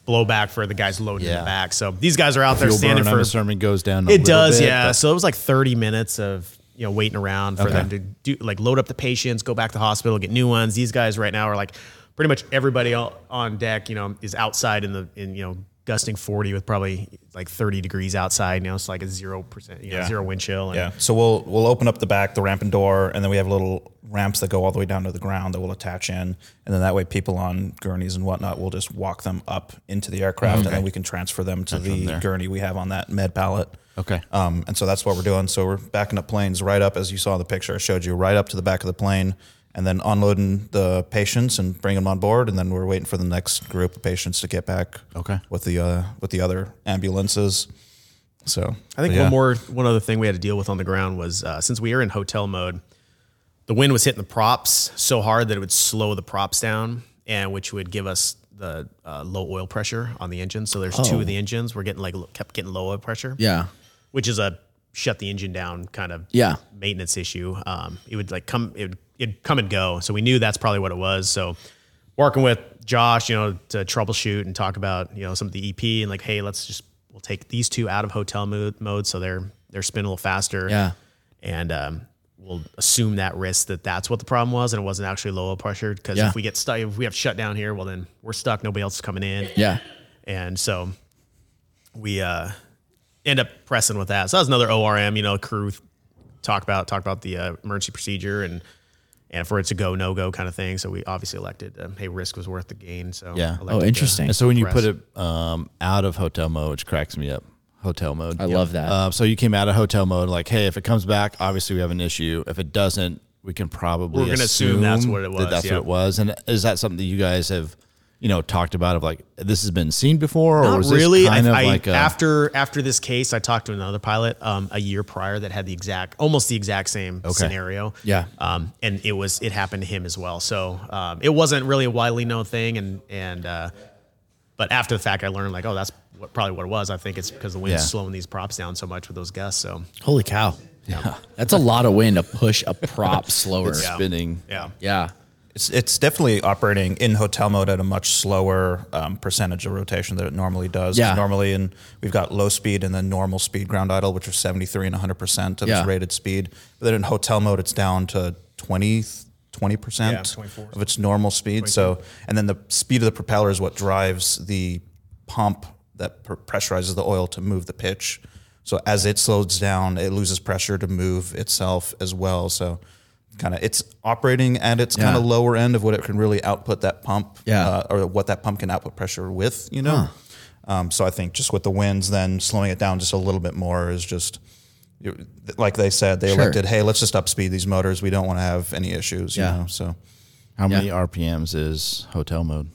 [SPEAKER 4] blowback for the guys loading in
[SPEAKER 1] Yeah.
[SPEAKER 4] the back. So these guys are out there
[SPEAKER 1] Fuel
[SPEAKER 4] standing
[SPEAKER 1] burn. I'm
[SPEAKER 4] for
[SPEAKER 1] assuming goes down. a
[SPEAKER 4] it
[SPEAKER 1] little
[SPEAKER 4] does,
[SPEAKER 1] bit,
[SPEAKER 4] yeah.
[SPEAKER 1] but-
[SPEAKER 4] So it was like 30 minutes of you know waiting around for them to do like load up the patients, go back to the hospital, get new ones. These guys right now are like pretty much everybody o- on deck. You know, is outside in the in you know gusting 40 with probably like 30 degrees outside. You know, it's like a zero percent, you know,
[SPEAKER 3] Yeah.
[SPEAKER 4] zero wind chill. And
[SPEAKER 3] Yeah. So we'll we'll open up the back, the rampant door, and then we have little ramps that go all the way down to the ground that we'll attach in, and then that way people on gurneys and whatnot will just walk them up into the aircraft, and then we can transfer them to the gurney we have on that med pallet.
[SPEAKER 1] Okay.
[SPEAKER 3] Um, and so that's what we're doing. So we're backing up planes right up, as you saw in the picture I showed you, right up to the back of the plane, and then unloading the patients and bringing them on board, and then we're waiting for the next group of patients to get back.
[SPEAKER 1] Okay.
[SPEAKER 3] With the uh, with the other ambulances. So
[SPEAKER 4] I think
[SPEAKER 3] yeah.
[SPEAKER 4] one more, one other thing we had to deal with on the ground was uh, since we were in hotel mode, the wind was hitting the props so hard that it would slow the props down, and which would give us the uh, low oil pressure on the engine. So there's two of the engines we're getting like lo- kept getting low oil pressure,
[SPEAKER 2] Yeah.
[SPEAKER 4] which is a shut the engine down kind of
[SPEAKER 2] Yeah.
[SPEAKER 4] maintenance issue. Um, it would like come, it would, it'd come and go. So we knew that's probably what it was. So working with Josh, you know, to troubleshoot and talk about, you know, some of the EP and like, Hey, let's just, we'll take these two out of hotel mode, mode so they're, they're spinning a little faster.
[SPEAKER 2] Yeah.
[SPEAKER 4] And, um, we'll assume that risk that that's what the problem was and it wasn't actually low oil pressure. Because
[SPEAKER 2] Yeah.
[SPEAKER 4] if we get stuck, if we have shut down here, well then we're stuck. Nobody else is coming in,
[SPEAKER 2] Yeah.
[SPEAKER 4] and so we uh, end up pressing with that. So that was another ORM. You know, crew talk about talk about the uh, emergency procedure and. And for it's a go no go kind of thing, so we obviously elected, um, hey, risk was worth the gain. So
[SPEAKER 1] Yeah.
[SPEAKER 4] elected
[SPEAKER 2] Oh,
[SPEAKER 4] to-
[SPEAKER 2] interesting.
[SPEAKER 1] And so when you put it um, out of hotel mode, which cracks me up, hotel mode.
[SPEAKER 2] I love that.
[SPEAKER 1] Uh, so you came out of hotel mode, like, hey, if it comes back, obviously we have an issue. If it doesn't, we can probably
[SPEAKER 4] We're gonna assume that's what
[SPEAKER 1] that
[SPEAKER 4] it was,
[SPEAKER 1] that's
[SPEAKER 4] yeah.
[SPEAKER 1] what it was. And is that something that you guys have, you know, talked about? Of like, this has been seen before, or
[SPEAKER 4] Not
[SPEAKER 1] was
[SPEAKER 4] really.
[SPEAKER 1] This kind
[SPEAKER 4] I,
[SPEAKER 1] of
[SPEAKER 4] I-
[SPEAKER 1] like a,
[SPEAKER 4] after after this case, I talked to another pilot um, a year prior that had the exact, almost the exact same scenario.
[SPEAKER 2] Yeah.
[SPEAKER 4] Um, and it was it happened to him as well. So um, it wasn't really a widely known thing, and and uh, but after the fact, I learned like, oh, that's what, probably what it was. I think it's because the wind's
[SPEAKER 1] Yeah.
[SPEAKER 4] slowing these props down so much with those gusts. So
[SPEAKER 2] Holy cow. Yeah. That's a lot of wind to push a prop slower.
[SPEAKER 1] it's
[SPEAKER 2] Yeah.
[SPEAKER 1] spinning?
[SPEAKER 4] yeah,
[SPEAKER 3] It's, it's definitely operating in hotel mode at a much slower um, percentage of rotation than it normally does. 'Cause
[SPEAKER 2] Yeah.
[SPEAKER 3] Normally, and we've got low speed and then normal speed ground idle, which are 73 and 100% of
[SPEAKER 2] Yeah.
[SPEAKER 3] its rated speed. But then in hotel mode, it's down to 20, 20%
[SPEAKER 4] Yeah, 24.
[SPEAKER 3] of its normal speed. So, and then the speed of the propeller is what drives the pump that pr- pressurizes the oil to move the pitch. So as it slows down, it loses pressure to move itself as well. So kind of it's operating at its kind of
[SPEAKER 2] Yeah.
[SPEAKER 3] lower end of what it can really output that pump
[SPEAKER 2] Yeah.
[SPEAKER 3] uh, or what that pump can output pressure with, you know? Um, so I think just with the winds, then slowing it down just a little bit more is just you- like they said, they
[SPEAKER 2] Sure.
[SPEAKER 3] elected, hey, let's just upspeed these motors. We don't want to have any issues, you
[SPEAKER 2] Yeah.
[SPEAKER 3] know? So
[SPEAKER 1] How many RPMs is hotel mode?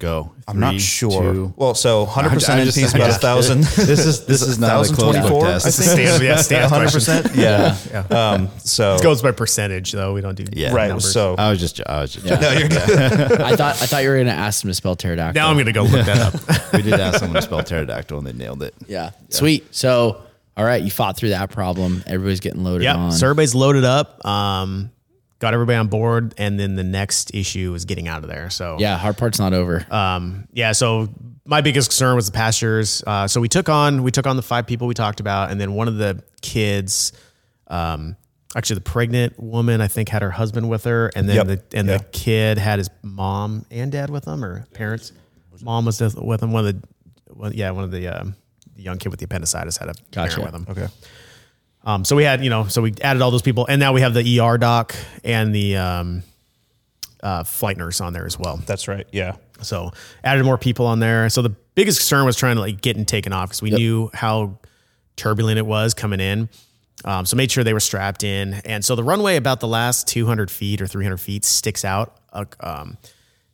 [SPEAKER 1] Go.
[SPEAKER 3] I'm not
[SPEAKER 1] Three,
[SPEAKER 3] sure.
[SPEAKER 1] two-
[SPEAKER 3] well, so 100%
[SPEAKER 1] I'm
[SPEAKER 3] NP is
[SPEAKER 1] I'm
[SPEAKER 3] about a thousand.
[SPEAKER 1] This is this is not a closed book
[SPEAKER 3] 1024,
[SPEAKER 1] test.
[SPEAKER 3] I think.
[SPEAKER 4] Stand- yeah, stand
[SPEAKER 3] 100%. Yeah. Um, so
[SPEAKER 4] it goes by percentage though. We don't do
[SPEAKER 1] Yeah.
[SPEAKER 3] right.
[SPEAKER 4] numbers.
[SPEAKER 3] So
[SPEAKER 1] I was just I was just
[SPEAKER 3] no, you're good.
[SPEAKER 2] I thought I thought you were gonna ask him to spell pterodactyl.
[SPEAKER 4] now I'm gonna go look that up.
[SPEAKER 1] we did ask someone to spell pterodactyl and they nailed it.
[SPEAKER 2] Yeah. Sweet. So, all right, you fought through that problem. Everybody's getting loaded
[SPEAKER 4] yeah,
[SPEAKER 2] on.
[SPEAKER 4] so everybody's loaded up. Um, got everybody on board, and then the next issue is getting out of there. So
[SPEAKER 2] Yeah, hard part's not over.
[SPEAKER 4] um, yeah. So my biggest concern was the pastures. Uh, so we took on we took on the five people we talked about, and then one of the kids, um, actually the pregnant woman, I think had her husband with her, and then
[SPEAKER 3] Yep.
[SPEAKER 4] the and
[SPEAKER 3] Yeah.
[SPEAKER 4] the kid had his mom and dad with him, or parents. Mom was with- with him. One of the, one, yeah, one of the um, the young kid with the appendicitis had a
[SPEAKER 2] Gotcha.
[SPEAKER 4] parent with him.
[SPEAKER 3] okay.
[SPEAKER 4] Um, so we had, you know, so we added all those people, and now we have the ER doc and the um, uh, flight nurse on there as well.
[SPEAKER 3] That's right. Yeah.
[SPEAKER 4] So added more people on there. So the biggest concern was trying to like getting taken off because we knew how turbulent it was coming in. Um, so made sure they were strapped in, and so the runway about the last 200 feet or 300 feet sticks out, uh, um,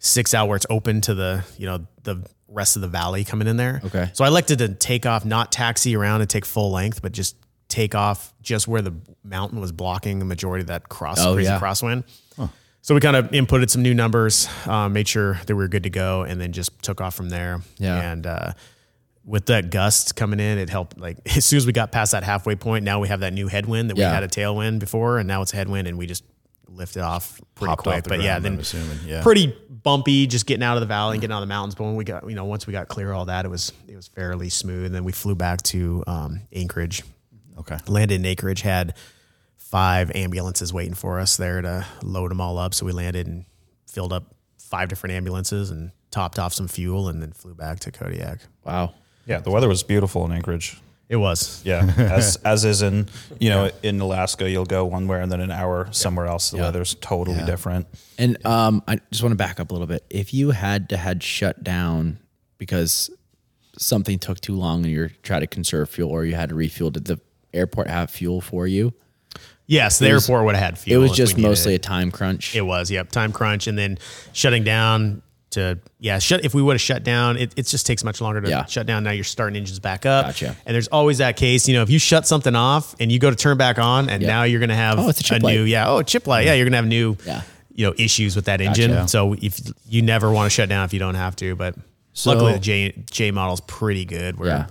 [SPEAKER 4] sticks out where it's open to the you know the rest of the valley coming in there.
[SPEAKER 2] Okay.
[SPEAKER 4] So I elected to take off, not taxi around and take full length, but just take off just where the mountain was blocking the majority of that cross
[SPEAKER 2] Oh,
[SPEAKER 4] crazy
[SPEAKER 2] yeah.
[SPEAKER 4] crosswind. So we kind of inputted some new numbers, uh, made sure that we were good to go, and then just took off from there.
[SPEAKER 2] Yeah.
[SPEAKER 4] And uh, with that gust coming in, it helped. Like as soon as we got past that halfway point, now we have that new headwind that
[SPEAKER 2] Yeah.
[SPEAKER 4] we had a tailwind before, and now it's a headwind, and we just lifted off pretty
[SPEAKER 1] Popped off
[SPEAKER 4] quick.
[SPEAKER 1] the
[SPEAKER 4] but yeah,
[SPEAKER 1] ground,
[SPEAKER 4] then
[SPEAKER 1] I'm assuming, yeah.
[SPEAKER 4] pretty bumpy, just getting out of the valley and getting out of the mountains. But when we got, you know, once we got clear of all that, it was it was fairly smooth. And then we flew back to um, Anchorage,
[SPEAKER 1] Okay.
[SPEAKER 4] landed in Anchorage, had five ambulances waiting for us there to load them all up. So we landed and filled up five different ambulances and topped off some fuel and then flew back to Kodiak.
[SPEAKER 2] wow.
[SPEAKER 3] Yeah. The weather was beautiful in Anchorage.
[SPEAKER 4] It was.
[SPEAKER 3] Yeah, as as is in you know in Alaska, you'll go one way and then an hour somewhere else. The weather's totally different.
[SPEAKER 2] And um, I just want to back up a little bit. If you had to had shut down because something took too long and you're trying to conserve fuel or you had to refuel, did the airport have fuel for you?
[SPEAKER 4] Yes, the airport would have had
[SPEAKER 2] It
[SPEAKER 4] fuel.
[SPEAKER 2] was
[SPEAKER 4] if
[SPEAKER 2] just
[SPEAKER 4] Oh, we needed
[SPEAKER 2] mostly
[SPEAKER 4] It.
[SPEAKER 2] a time crunch.
[SPEAKER 4] It was. Yep. Time crunch and then shutting down to yeah. Shut if we would have shut down, it, it just takes much longer to
[SPEAKER 2] Yeah.
[SPEAKER 4] shut down. Now you're starting engines back up.
[SPEAKER 2] Gotcha.
[SPEAKER 4] And there's always that case. You know, if you shut something off and you go to turn back on, and now you're gonna have
[SPEAKER 2] Oh, it's a chip light.
[SPEAKER 4] new yeah. Oh, a chip light. Yeah, you're gonna have new
[SPEAKER 2] Yeah.
[SPEAKER 4] you know issues with that engine. So if you never want to shut down if you don't have to, but.
[SPEAKER 1] So-
[SPEAKER 4] Luckily, the J J model's pretty good. Where
[SPEAKER 2] yeah.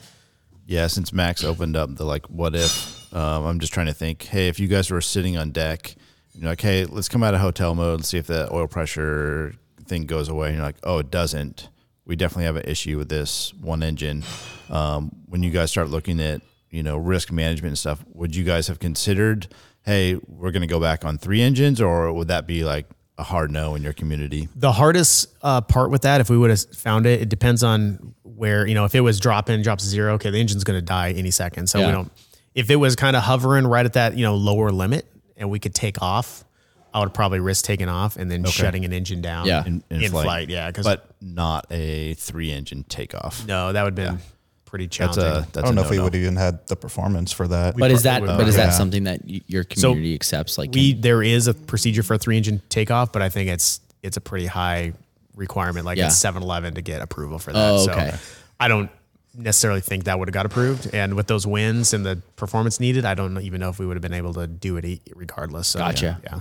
[SPEAKER 1] Yeah, since Max opened up the like, what if? Um, I'm just trying to think. Hey, if you guys were sitting on deck, and you're like, hey, let's come out of hotel mode and see if that oil pressure thing goes away. And you're like, oh, it doesn't. We definitely have an issue with this one engine. Um, when you guys start looking at you know risk management and stuff, would you guys have considered? hey, we're going to go back on three engines, or would that be like a hard no in your community?
[SPEAKER 4] The hardest uh, part with that, if we would have found it, it depends on where you know if it was drop in, drops zero. Okay, the engine's going to die any second, so
[SPEAKER 2] Yeah.
[SPEAKER 4] we don't. If it was kind of hovering right at that you know lower limit, and we could take off, I would probably risk taking off and then shutting an engine down.
[SPEAKER 2] Yeah.
[SPEAKER 4] in, flight. yeah. Because
[SPEAKER 1] but not a three engine takeoff.
[SPEAKER 4] no, that would have been pretty
[SPEAKER 1] That's
[SPEAKER 4] challenging.
[SPEAKER 1] a that's
[SPEAKER 3] I don't
[SPEAKER 1] a
[SPEAKER 3] know if we
[SPEAKER 1] no-no.
[SPEAKER 3] would have even had the performance for that.
[SPEAKER 2] But is that
[SPEAKER 4] probably
[SPEAKER 2] but is that
[SPEAKER 3] yeah.
[SPEAKER 2] something that y- your community accepts? Like,
[SPEAKER 4] we there is a procedure for a three engine takeoff, but I think it's it's a pretty high requirement. Like
[SPEAKER 2] Yeah.
[SPEAKER 4] it's Seven Eleven to get approval for that.
[SPEAKER 2] Oh, okay.
[SPEAKER 4] So I don't necessarily think that would have got approved. And with those wins and the performance needed, I don't even know if we would have been able to do it e- regardless. So,
[SPEAKER 2] Gotcha.
[SPEAKER 4] Yeah.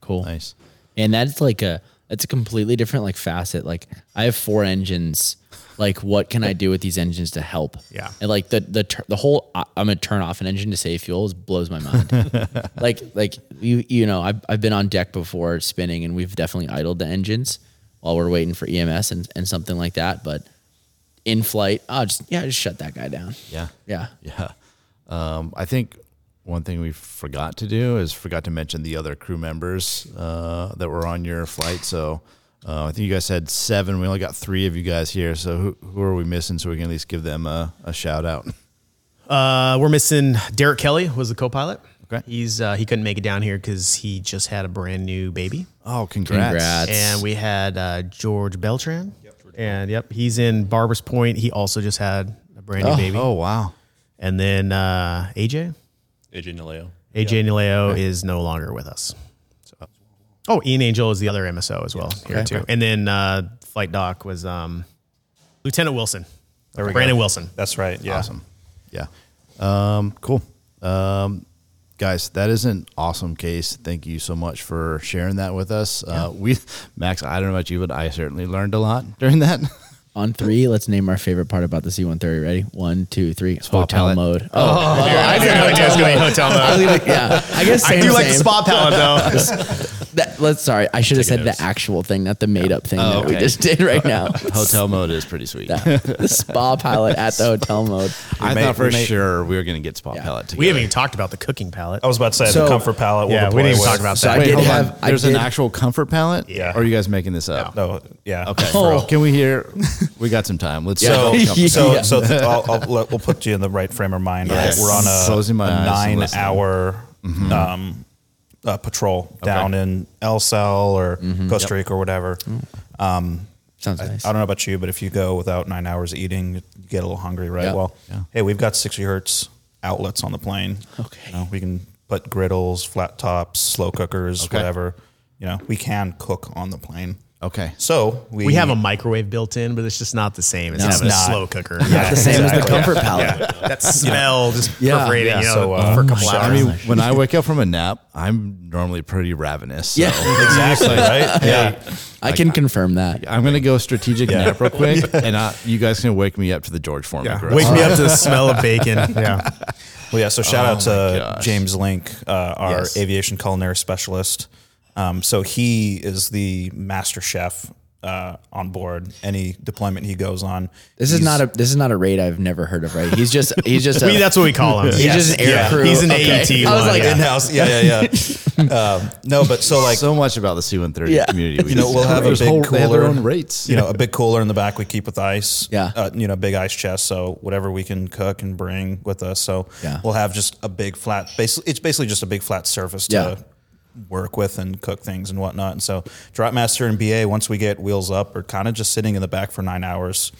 [SPEAKER 2] cool.
[SPEAKER 1] nice.
[SPEAKER 2] and that's like a that's a completely different like facet like i have four engines like what can i do with these engines to help
[SPEAKER 4] Yeah.
[SPEAKER 2] and like the the tur- the whole I- i'm gonna turn off an engine to save fuel is blows my mind like like you you know I've, I've been on deck before spinning and we've definitely idled the engines while we're waiting for ems and, and something like that but in flight oh just yeah just shut that guy down
[SPEAKER 1] Yeah.
[SPEAKER 2] yeah
[SPEAKER 1] Yeah. Um, I think one thing we forgot to do is forgot to mention the other crew members uh, that were on your flight. So uh, I think you guys had seven. We only got three of you guys here. So who, who are we missing so we can at least give them a, a shout out?
[SPEAKER 4] Uh, we're missing Derek Kelly was the co-pilot.
[SPEAKER 1] Okay.
[SPEAKER 4] He's uh, he couldn't make it down here because he just had a brand new baby.
[SPEAKER 1] Oh, congrats.
[SPEAKER 2] Congrats.
[SPEAKER 4] and we had uh, George Beltran. And yep, he's in Barbers Point. He also just had a brand new
[SPEAKER 1] Oh,
[SPEAKER 4] baby.
[SPEAKER 1] oh, wow.
[SPEAKER 4] And then uh, AJ,
[SPEAKER 5] AJ Naleo.
[SPEAKER 4] AJ Nileo is no longer with us. So- Oh, Ian Angel is the other MSO as well here too. And then uh, flight doc was um, Lieutenant Wilson,
[SPEAKER 3] we go.
[SPEAKER 4] Brandon Wilson.
[SPEAKER 3] That's right. Yeah.
[SPEAKER 1] Awesome. Yeah. Um, cool. Um, guys, that is an awesome case. Thank you so much for sharing that with us. Uh, we, Max, I don't know about you, but I certainly learned a lot during that.
[SPEAKER 2] on three let's name our favorite part about the c-130 ready one two three hotel
[SPEAKER 1] pallet.
[SPEAKER 2] mode oh,
[SPEAKER 4] I didn't know was going to be hotel mode.
[SPEAKER 2] yeah i guess
[SPEAKER 4] I
[SPEAKER 2] same,
[SPEAKER 4] do like the
[SPEAKER 2] same.
[SPEAKER 4] spot palette though.
[SPEAKER 2] That, let's sorry, I should have said
[SPEAKER 5] notes.
[SPEAKER 2] the actual thing, not the made up thing that we
[SPEAKER 1] okay.
[SPEAKER 2] just did right now.
[SPEAKER 1] Hotel mode is pretty sweet.
[SPEAKER 2] the spa pilot at the hotel mode.
[SPEAKER 1] I
[SPEAKER 3] may-
[SPEAKER 1] thought for
[SPEAKER 3] we may-
[SPEAKER 1] sure we were going to get spot
[SPEAKER 2] Yeah.
[SPEAKER 1] palette together.
[SPEAKER 4] we haven't even talked about the cooking palette.
[SPEAKER 3] I was about to say
[SPEAKER 2] So-
[SPEAKER 3] the comfort palette.
[SPEAKER 4] yeah,
[SPEAKER 3] will
[SPEAKER 4] we didn't even
[SPEAKER 3] deploy
[SPEAKER 4] talk
[SPEAKER 3] with-
[SPEAKER 4] about
[SPEAKER 2] So
[SPEAKER 4] that.
[SPEAKER 2] I
[SPEAKER 1] Wait,
[SPEAKER 2] did
[SPEAKER 1] hold
[SPEAKER 2] have.
[SPEAKER 1] on. There's
[SPEAKER 2] I
[SPEAKER 1] an
[SPEAKER 2] did,
[SPEAKER 1] actual comfort palette?
[SPEAKER 4] Yeah.
[SPEAKER 1] Or are you guys making this up?
[SPEAKER 3] No. Yeah.
[SPEAKER 1] Okay.
[SPEAKER 2] Oh.
[SPEAKER 1] Can we hear? We got some time. Let's
[SPEAKER 3] So,
[SPEAKER 1] talk comfort.
[SPEAKER 3] so,
[SPEAKER 2] Yeah.
[SPEAKER 3] so th- I'll, I'll, let- we'll put you in the right frame of mind. all right?
[SPEAKER 2] Yes.
[SPEAKER 3] We're on a,
[SPEAKER 1] Closing my
[SPEAKER 3] a
[SPEAKER 1] eyes and
[SPEAKER 3] nine
[SPEAKER 1] listening.
[SPEAKER 3] hour um, uh, patrol down in El Sal or Costa Rica or whatever. Um,
[SPEAKER 2] Sounds
[SPEAKER 3] I,
[SPEAKER 2] nice.
[SPEAKER 3] I don't know about you, but if you go without nine hours eating, you get a little hungry, right?
[SPEAKER 2] Yeah.
[SPEAKER 3] Well,
[SPEAKER 1] Yeah.
[SPEAKER 3] hey, we've got 60 hertz outlets on the plane.
[SPEAKER 2] Okay.
[SPEAKER 3] You know, we can put griddles, flat tops, slow cookers,
[SPEAKER 1] Okay.
[SPEAKER 3] whatever. You know, we can cook on the plane.
[SPEAKER 1] Okay.
[SPEAKER 3] So we,
[SPEAKER 4] we have a microwave built in, but it's just not the same as
[SPEAKER 2] No.
[SPEAKER 4] having
[SPEAKER 2] It's
[SPEAKER 4] a
[SPEAKER 2] not.
[SPEAKER 4] slow cooker.
[SPEAKER 2] Not the same as the
[SPEAKER 3] Exactly.
[SPEAKER 2] comfort palette.
[SPEAKER 4] that smell just
[SPEAKER 2] Yeah.
[SPEAKER 4] perforating
[SPEAKER 3] Yeah,
[SPEAKER 4] you know,
[SPEAKER 3] so, uh,
[SPEAKER 4] for a
[SPEAKER 3] Oh
[SPEAKER 4] couple
[SPEAKER 1] I
[SPEAKER 4] hours.
[SPEAKER 1] mean, when I wake up from a nap, I'm normally pretty ravenous. So
[SPEAKER 2] Yeah,
[SPEAKER 3] exactly right. Yeah.
[SPEAKER 2] I can confirm that.
[SPEAKER 1] I'm gonna go strategic nap real quick, and I, you guys can wake me up to the George Foreman.
[SPEAKER 4] yeah.
[SPEAKER 1] grill.
[SPEAKER 4] Wake me up to the smell of bacon. Yeah.
[SPEAKER 3] Well, yeah. So shout out to
[SPEAKER 1] gosh.
[SPEAKER 3] James Link, uh, our
[SPEAKER 2] Yes.
[SPEAKER 3] aviation culinary specialist. Um, so he is the master chef uh, on board any deployment he goes on.
[SPEAKER 2] This is not a this is not a raid I've never heard of. Right? He's just he's just a,
[SPEAKER 4] We, that's what we call him.
[SPEAKER 2] he's
[SPEAKER 3] Yeah.
[SPEAKER 2] just an air
[SPEAKER 3] Yeah.
[SPEAKER 2] crew.
[SPEAKER 4] He's an
[SPEAKER 2] Okay.
[SPEAKER 4] AET
[SPEAKER 2] I was
[SPEAKER 4] one,
[SPEAKER 2] like,
[SPEAKER 4] yeah.
[SPEAKER 3] in house. Yeah, yeah, yeah. um, no, but so like
[SPEAKER 1] so much about the C-130
[SPEAKER 2] Yeah.
[SPEAKER 1] community. We
[SPEAKER 3] You know,
[SPEAKER 1] just-
[SPEAKER 3] we'll have a
[SPEAKER 1] There's
[SPEAKER 3] big
[SPEAKER 1] They have their
[SPEAKER 3] cooler.
[SPEAKER 1] own rates.
[SPEAKER 3] you know, a big cooler in the back we keep with ice.
[SPEAKER 2] Yeah.
[SPEAKER 3] Uh, you know, big ice chest. So whatever we can cook and bring with us. So
[SPEAKER 2] Yeah.
[SPEAKER 3] we'll have just a big flat, basically, it's basically just a big flat surface
[SPEAKER 2] Yeah.
[SPEAKER 3] to work with and cook things and whatnot. And so Dropmaster and BA, once we get wheels up, are kind of just sitting in the back for nine hours.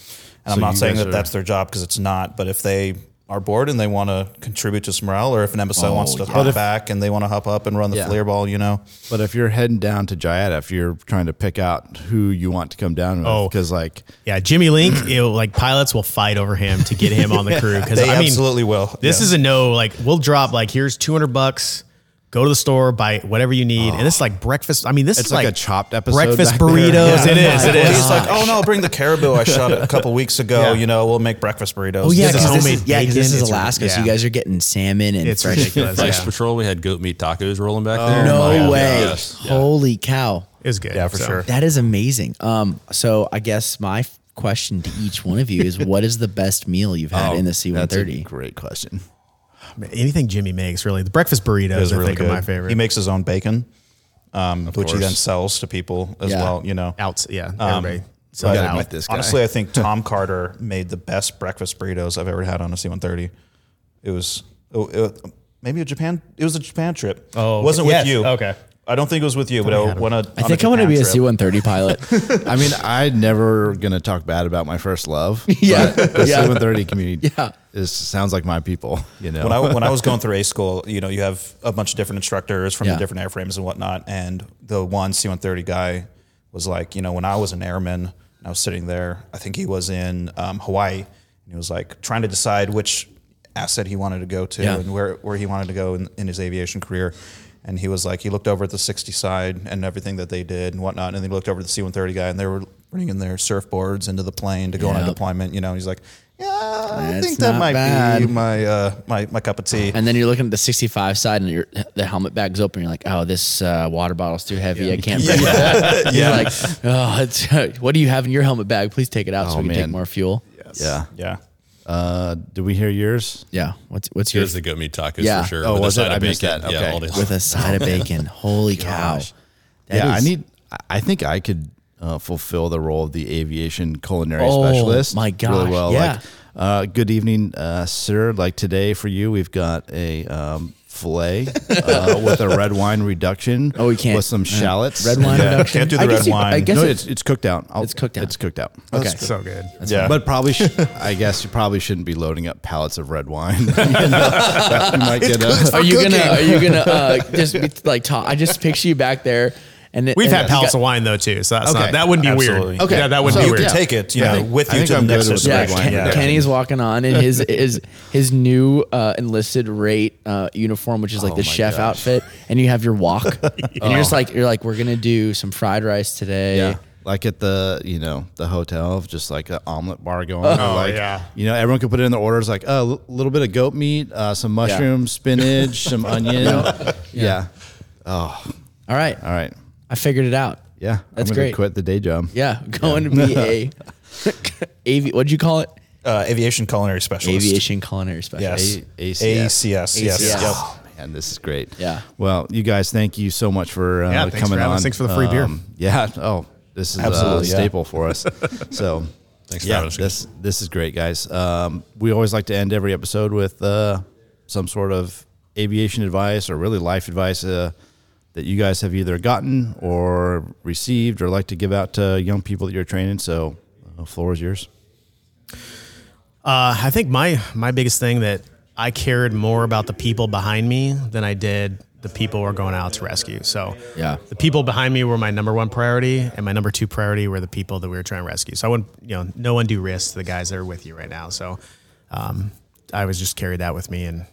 [SPEAKER 3] And I'm
[SPEAKER 1] So
[SPEAKER 3] not
[SPEAKER 1] you
[SPEAKER 3] saying
[SPEAKER 1] guys
[SPEAKER 3] that
[SPEAKER 1] are-
[SPEAKER 3] that's their job because it's not, but if they, are bored and they want to contribute to some morale, or if an MSO wants to hop back and they want to hop up and run the
[SPEAKER 1] Yeah.
[SPEAKER 3] flare ball, you know,
[SPEAKER 1] But if you're heading down to Jayata, if you're trying to pick out who you want to come down with,
[SPEAKER 4] Oh.
[SPEAKER 1] because like
[SPEAKER 4] Yeah. Jimmy Link, you know, like pilots will fight over him to get him on the crew. Cause
[SPEAKER 3] they
[SPEAKER 4] I mean,
[SPEAKER 3] absolutely will.
[SPEAKER 4] this
[SPEAKER 3] Yeah.
[SPEAKER 4] is a no, like we'll drop like, here's 200 bucks. Go to the store, buy whatever you need. And it's like breakfast. I mean, this
[SPEAKER 1] It's
[SPEAKER 4] is
[SPEAKER 1] like
[SPEAKER 4] like,
[SPEAKER 1] a chopped episode
[SPEAKER 4] Breakfast
[SPEAKER 1] back there.
[SPEAKER 4] burritos.
[SPEAKER 3] Yeah.
[SPEAKER 4] It is. It is.
[SPEAKER 3] He's like, oh no, bring the caribou I shot a couple weeks ago.
[SPEAKER 4] Yeah.
[SPEAKER 3] You know, we'll make breakfast burritos.
[SPEAKER 2] Oh yeah,
[SPEAKER 4] This is
[SPEAKER 2] 'cause this
[SPEAKER 4] homemade
[SPEAKER 2] is, yeah, 'cause this
[SPEAKER 4] bacon.
[SPEAKER 2] is
[SPEAKER 4] It's-
[SPEAKER 2] Alaska, so
[SPEAKER 4] yeah.
[SPEAKER 2] you guys are getting salmon and
[SPEAKER 4] It's
[SPEAKER 2] fresh-
[SPEAKER 4] ridiculous.
[SPEAKER 5] Ice
[SPEAKER 4] yeah.
[SPEAKER 5] Patrol, we had goat meat tacos rolling back there.
[SPEAKER 2] No
[SPEAKER 5] Yeah.
[SPEAKER 2] way!
[SPEAKER 5] Yes. Yeah.
[SPEAKER 2] Holy cow!
[SPEAKER 4] It was good.
[SPEAKER 3] Yeah, for
[SPEAKER 4] So,
[SPEAKER 3] sure.
[SPEAKER 2] That is amazing. Um, so I guess my f- question to each one of you is, what is the best meal you've had in the
[SPEAKER 1] That's a
[SPEAKER 2] C-130?
[SPEAKER 1] great question.
[SPEAKER 4] anything Jimmy makes really. The breakfast burritos,
[SPEAKER 3] It was
[SPEAKER 4] I
[SPEAKER 3] really
[SPEAKER 4] think,
[SPEAKER 3] good.
[SPEAKER 4] are my favorite.
[SPEAKER 3] He makes his own bacon, um, which he then
[SPEAKER 1] course.
[SPEAKER 3] sells to people as
[SPEAKER 2] Yeah.
[SPEAKER 3] well. You know,
[SPEAKER 4] out, yeah, everybody.
[SPEAKER 3] But
[SPEAKER 4] So
[SPEAKER 1] gotta
[SPEAKER 4] out.
[SPEAKER 1] admit this guy.
[SPEAKER 3] honestly, I think Tom Carter made the best breakfast burritos I've ever had on a C-130. It was oh, it- maybe a Japan. It was a Japan trip.
[SPEAKER 4] Oh,
[SPEAKER 3] it wasn't
[SPEAKER 4] yes,
[SPEAKER 3] with you.
[SPEAKER 4] okay.
[SPEAKER 3] I don't think it was with you, but I want to.
[SPEAKER 2] I think I want to be a C
[SPEAKER 3] trip.
[SPEAKER 2] one thirty pilot.
[SPEAKER 1] I mean, I'm never gonna talk bad about my first love.
[SPEAKER 2] Yeah.
[SPEAKER 1] but the
[SPEAKER 2] Yeah.
[SPEAKER 1] 730 community.
[SPEAKER 2] Yeah.
[SPEAKER 1] is, sounds like my people. You know,
[SPEAKER 3] When I, when I was going through A school, you know, you have a bunch of different instructors from
[SPEAKER 2] Yeah.
[SPEAKER 3] the different airframes and whatnot. And the one C-130 guy was like, you know, when I was an airman, and I was sitting there. I think he was in um, Hawaii, and he was like trying to decide which asset he wanted to go to
[SPEAKER 2] Yeah.
[SPEAKER 3] and where where he wanted to go in, in his aviation career. And he was like, he looked over at the 60 side and everything that they did and whatnot. And then he looked over at the C 130 guy and they were bringing their surfboards into the plane to go on
[SPEAKER 2] Yeah.
[SPEAKER 3] a deployment, you know. And he's like, yeah, I
[SPEAKER 2] That's
[SPEAKER 3] think that
[SPEAKER 2] not
[SPEAKER 3] might
[SPEAKER 2] bad.
[SPEAKER 3] be my, uh, my, my cup of tea.
[SPEAKER 2] and then you're looking at the sixty five side, and your the helmet bag's open. You're like, oh, this uh, water bottle's too heavy. I can't. Bring it.
[SPEAKER 3] yeah.
[SPEAKER 2] You're like, oh, it's, what do you have in your helmet bag? Please take it out so
[SPEAKER 1] Oh,
[SPEAKER 2] we can take
[SPEAKER 1] man.
[SPEAKER 2] more fuel.
[SPEAKER 1] yeah.
[SPEAKER 3] yeah.
[SPEAKER 1] Uh, did we hear yours?
[SPEAKER 2] Yeah. What's what's
[SPEAKER 5] Here's
[SPEAKER 2] your
[SPEAKER 5] the goat meat tacos
[SPEAKER 2] Yeah.
[SPEAKER 5] for sure.
[SPEAKER 1] Oh,
[SPEAKER 5] with a
[SPEAKER 1] was it?
[SPEAKER 5] side of
[SPEAKER 1] I missed
[SPEAKER 5] bacon.
[SPEAKER 1] that.
[SPEAKER 5] Yeah,
[SPEAKER 1] Okay.
[SPEAKER 5] all day long.
[SPEAKER 2] with a side of bacon? Holy cow! That
[SPEAKER 1] yeah,
[SPEAKER 2] is-
[SPEAKER 1] I need. I- I think I could uh, fulfill the role of the aviation culinary
[SPEAKER 2] Oh,
[SPEAKER 1] specialist.
[SPEAKER 2] my gosh,
[SPEAKER 1] really well.
[SPEAKER 2] yeah.
[SPEAKER 1] Like, uh, good evening, uh, sir. Like today for you, we've got a um, fillet uh, with a red wine reduction.
[SPEAKER 2] Oh, we can't-
[SPEAKER 1] with some shallots.
[SPEAKER 2] red wine
[SPEAKER 3] Yeah,
[SPEAKER 2] reduction.
[SPEAKER 3] can't do the
[SPEAKER 2] I guess
[SPEAKER 3] red
[SPEAKER 2] you- I
[SPEAKER 3] wine.
[SPEAKER 2] guess
[SPEAKER 1] no,
[SPEAKER 2] it-
[SPEAKER 1] it's it's cooked out. I'll-
[SPEAKER 2] It's cooked out.
[SPEAKER 1] It's cooked out.
[SPEAKER 2] okay.
[SPEAKER 4] so good.
[SPEAKER 3] yeah.
[SPEAKER 1] But probably, sh- I guess you probably shouldn't be loading up pallets of red wine. you know, that you might get a-
[SPEAKER 2] Are you gonna? Are you gonna uh, just be, like talk? I just picture you back there, and
[SPEAKER 4] We've
[SPEAKER 2] and
[SPEAKER 4] had
[SPEAKER 2] you
[SPEAKER 4] pallets
[SPEAKER 2] got-
[SPEAKER 4] of wine though too, so that's
[SPEAKER 1] Okay.
[SPEAKER 4] not, that wouldn't be
[SPEAKER 3] Absolutely.
[SPEAKER 4] weird.
[SPEAKER 1] Okay.
[SPEAKER 4] yeah, that would
[SPEAKER 1] So
[SPEAKER 4] not be
[SPEAKER 1] you
[SPEAKER 3] you
[SPEAKER 4] weird.
[SPEAKER 3] can take it, you
[SPEAKER 1] Yeah, I
[SPEAKER 3] know,
[SPEAKER 1] think-
[SPEAKER 3] with
[SPEAKER 1] I
[SPEAKER 3] you
[SPEAKER 1] think
[SPEAKER 3] to the
[SPEAKER 1] I'm good
[SPEAKER 3] next
[SPEAKER 1] with
[SPEAKER 3] situation.
[SPEAKER 1] red
[SPEAKER 2] Yeah,
[SPEAKER 1] wine,
[SPEAKER 2] Ken-
[SPEAKER 1] yeah.
[SPEAKER 2] Kenny's walking on in his is his new uh, enlisted rate uh, uniform, which is like
[SPEAKER 1] Oh
[SPEAKER 2] the
[SPEAKER 1] my
[SPEAKER 2] chef
[SPEAKER 1] gosh.
[SPEAKER 2] outfit, and you have your walk, and you're just like you're like we're gonna do some fried rice today.
[SPEAKER 1] Yeah. Like at the you know the hotel, just like an omelet bar going. Oh like,
[SPEAKER 4] yeah.
[SPEAKER 1] You know everyone could put it in their orders like a little bit of goat meat, uh, some mushroom, spinach, some onion. Yeah.
[SPEAKER 2] All right,
[SPEAKER 1] All right.
[SPEAKER 2] I figured it out.
[SPEAKER 1] Yeah.
[SPEAKER 2] That's
[SPEAKER 1] I'm gonna
[SPEAKER 2] great.
[SPEAKER 1] Quit the day job.
[SPEAKER 2] Yeah, going to be a AV. What'd you call it?
[SPEAKER 3] Uh, aviation culinary specialist.
[SPEAKER 2] Aviation culinary specialist.
[SPEAKER 3] Yes.
[SPEAKER 1] A- ACS.
[SPEAKER 3] ACS. Yes.
[SPEAKER 2] ACS.
[SPEAKER 3] Yep.
[SPEAKER 1] Oh, man, this is great.
[SPEAKER 2] Yeah.
[SPEAKER 1] Well, you guys, thank you so much for uh,
[SPEAKER 4] Yeah, thanks for
[SPEAKER 1] coming
[SPEAKER 4] having
[SPEAKER 1] on.
[SPEAKER 4] us. Thanks for the free beer.
[SPEAKER 1] Yeah. Oh, this is a
[SPEAKER 3] Absolutely, yeah.
[SPEAKER 1] staple for us. So.
[SPEAKER 5] Thanks for
[SPEAKER 1] yeah,
[SPEAKER 5] having us, guys.
[SPEAKER 1] This this is great, guys. Um, we always like to end every episode with uh, some sort of aviation advice or really life advice uh, that you guys have either gotten or received or like to give out to young people that you're training. So, uh, floor is yours.
[SPEAKER 4] Uh, I think my my biggest thing that I cared more about the people behind me than I did the people who were going out to rescue. So
[SPEAKER 2] Yeah.
[SPEAKER 4] the people behind me were my number one priority, and my number two priority were the people that we were trying to rescue. So I wouldn't, you know, no undue risk to the guys that are with you right now. So um, I was just carried that with me, and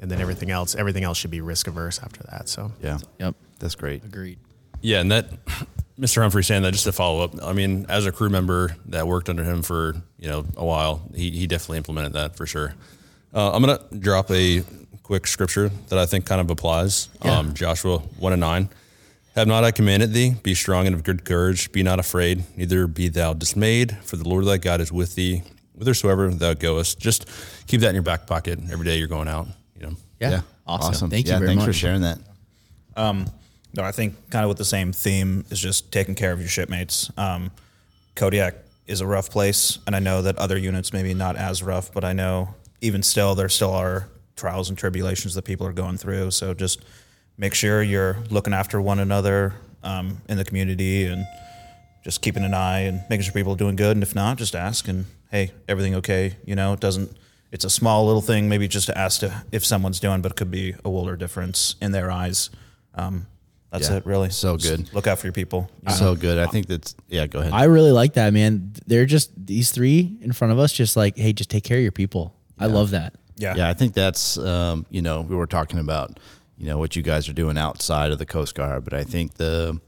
[SPEAKER 4] and then everything else, everything else should be risk averse after that. So
[SPEAKER 1] Yeah.
[SPEAKER 2] Yep.
[SPEAKER 1] That's great.
[SPEAKER 2] Agreed.
[SPEAKER 5] Yeah, and that Mr. Humphrey saying that just to follow up. I mean, as a crew member that worked under him for you know a while, he he definitely implemented that for sure. Uh, I'm gonna drop a quick scripture that I think kind of applies. Um, Joshua one and nine. Have not I commanded thee? Be strong and of good courage. Be not afraid, neither be thou dismayed, for the Lord thy God is with thee whithersoever thou goest. Just keep that in your back pocket every day you're going out. You know.
[SPEAKER 2] Yeah. Awesome. Thank you
[SPEAKER 1] yeah,
[SPEAKER 2] very
[SPEAKER 1] thanks
[SPEAKER 2] much.
[SPEAKER 1] for sharing that.
[SPEAKER 3] No, I think kind of with the same theme is just taking care of your shipmates. Um, Kodiak is a rough place, and I know that other units maybe not as rough, but I know even still there still are trials and tribulations that people are going through. So just make sure you're looking after one another um, in the community and just keeping an eye and making sure people are doing good. And if not, just ask and hey, everything okay? You know, it doesn't. It's a small little thing, maybe just to ask to, if someone's doing, but it could be a world of difference in their eyes. Um, that's
[SPEAKER 1] Yeah.
[SPEAKER 3] it, really.
[SPEAKER 1] So
[SPEAKER 3] Just
[SPEAKER 1] good.
[SPEAKER 3] look out for your people.
[SPEAKER 1] so good. I think that's yeah. Go ahead.
[SPEAKER 2] I really like that, man. They're just these three in front of us, just like, hey, just take care of your people. I love that.
[SPEAKER 3] Yeah.
[SPEAKER 1] yeah, I think that's um, you know we were talking about you know what you guys are doing outside of the Coast Guard, but I think the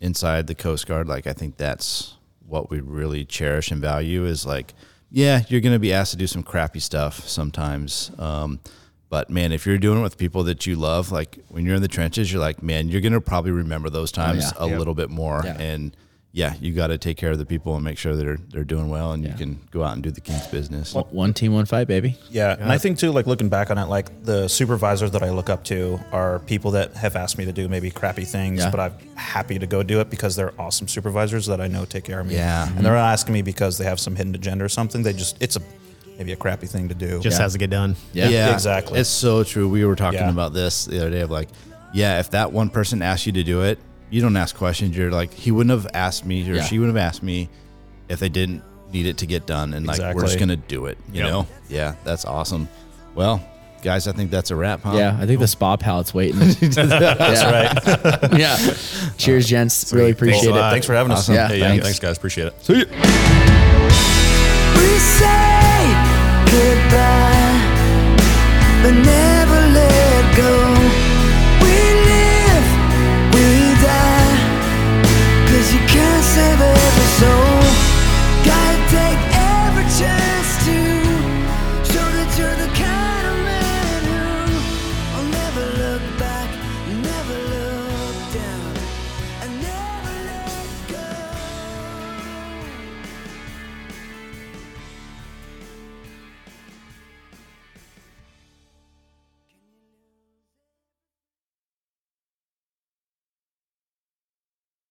[SPEAKER 1] inside the Coast Guard, like I think that's what we really cherish and value is like yeah, you're going to be asked to do some crappy stuff sometimes. Um, but man, if you're doing it with people that you love, like when you're in the trenches, you're like, man, you're going to probably remember those times
[SPEAKER 2] yeah.
[SPEAKER 1] a little bit more.
[SPEAKER 2] Yeah.
[SPEAKER 1] And yeah, you got to take care of the people and make sure they're they're doing well, and you can go out and do the king's business.
[SPEAKER 2] One team, one fight, baby.
[SPEAKER 3] Yeah, and I think too, like looking back on it, like the supervisors that I look up to are people that have asked me to do maybe crappy things,
[SPEAKER 2] Yeah.
[SPEAKER 3] but I'm happy to go do it because they're awesome supervisors that I know take care of me.
[SPEAKER 1] Yeah.
[SPEAKER 3] and they're not asking me because they have some hidden agenda or something. They just it's a maybe a crappy thing to do.
[SPEAKER 4] Just has to get done.
[SPEAKER 2] Yeah.
[SPEAKER 3] Exactly.
[SPEAKER 1] It's so true. We were talking
[SPEAKER 3] Yeah.
[SPEAKER 1] about this the other day of like, yeah, if that one person asked you to do it, you don't ask questions. You're like, he wouldn't have asked me or
[SPEAKER 2] Yeah.
[SPEAKER 1] she wouldn't have asked me if they didn't need it to get done. And like, we're just
[SPEAKER 3] Exactly.
[SPEAKER 1] going to do it, you
[SPEAKER 5] Yep.
[SPEAKER 1] know? Yeah, that's awesome. Well, guys, I think that's a wrap, huh?
[SPEAKER 2] Yeah, I think the spa pallet's waiting. That's right. yeah. Cheers, gents. Really appreciate
[SPEAKER 3] Well,
[SPEAKER 2] it.
[SPEAKER 3] uh, Thanks for having us.
[SPEAKER 2] Yeah,
[SPEAKER 5] Hey, yeah,
[SPEAKER 2] thanks.
[SPEAKER 5] thanks guys. Appreciate it.
[SPEAKER 6] We say goodbye, but never let go. We live, we die, 'cause you can't save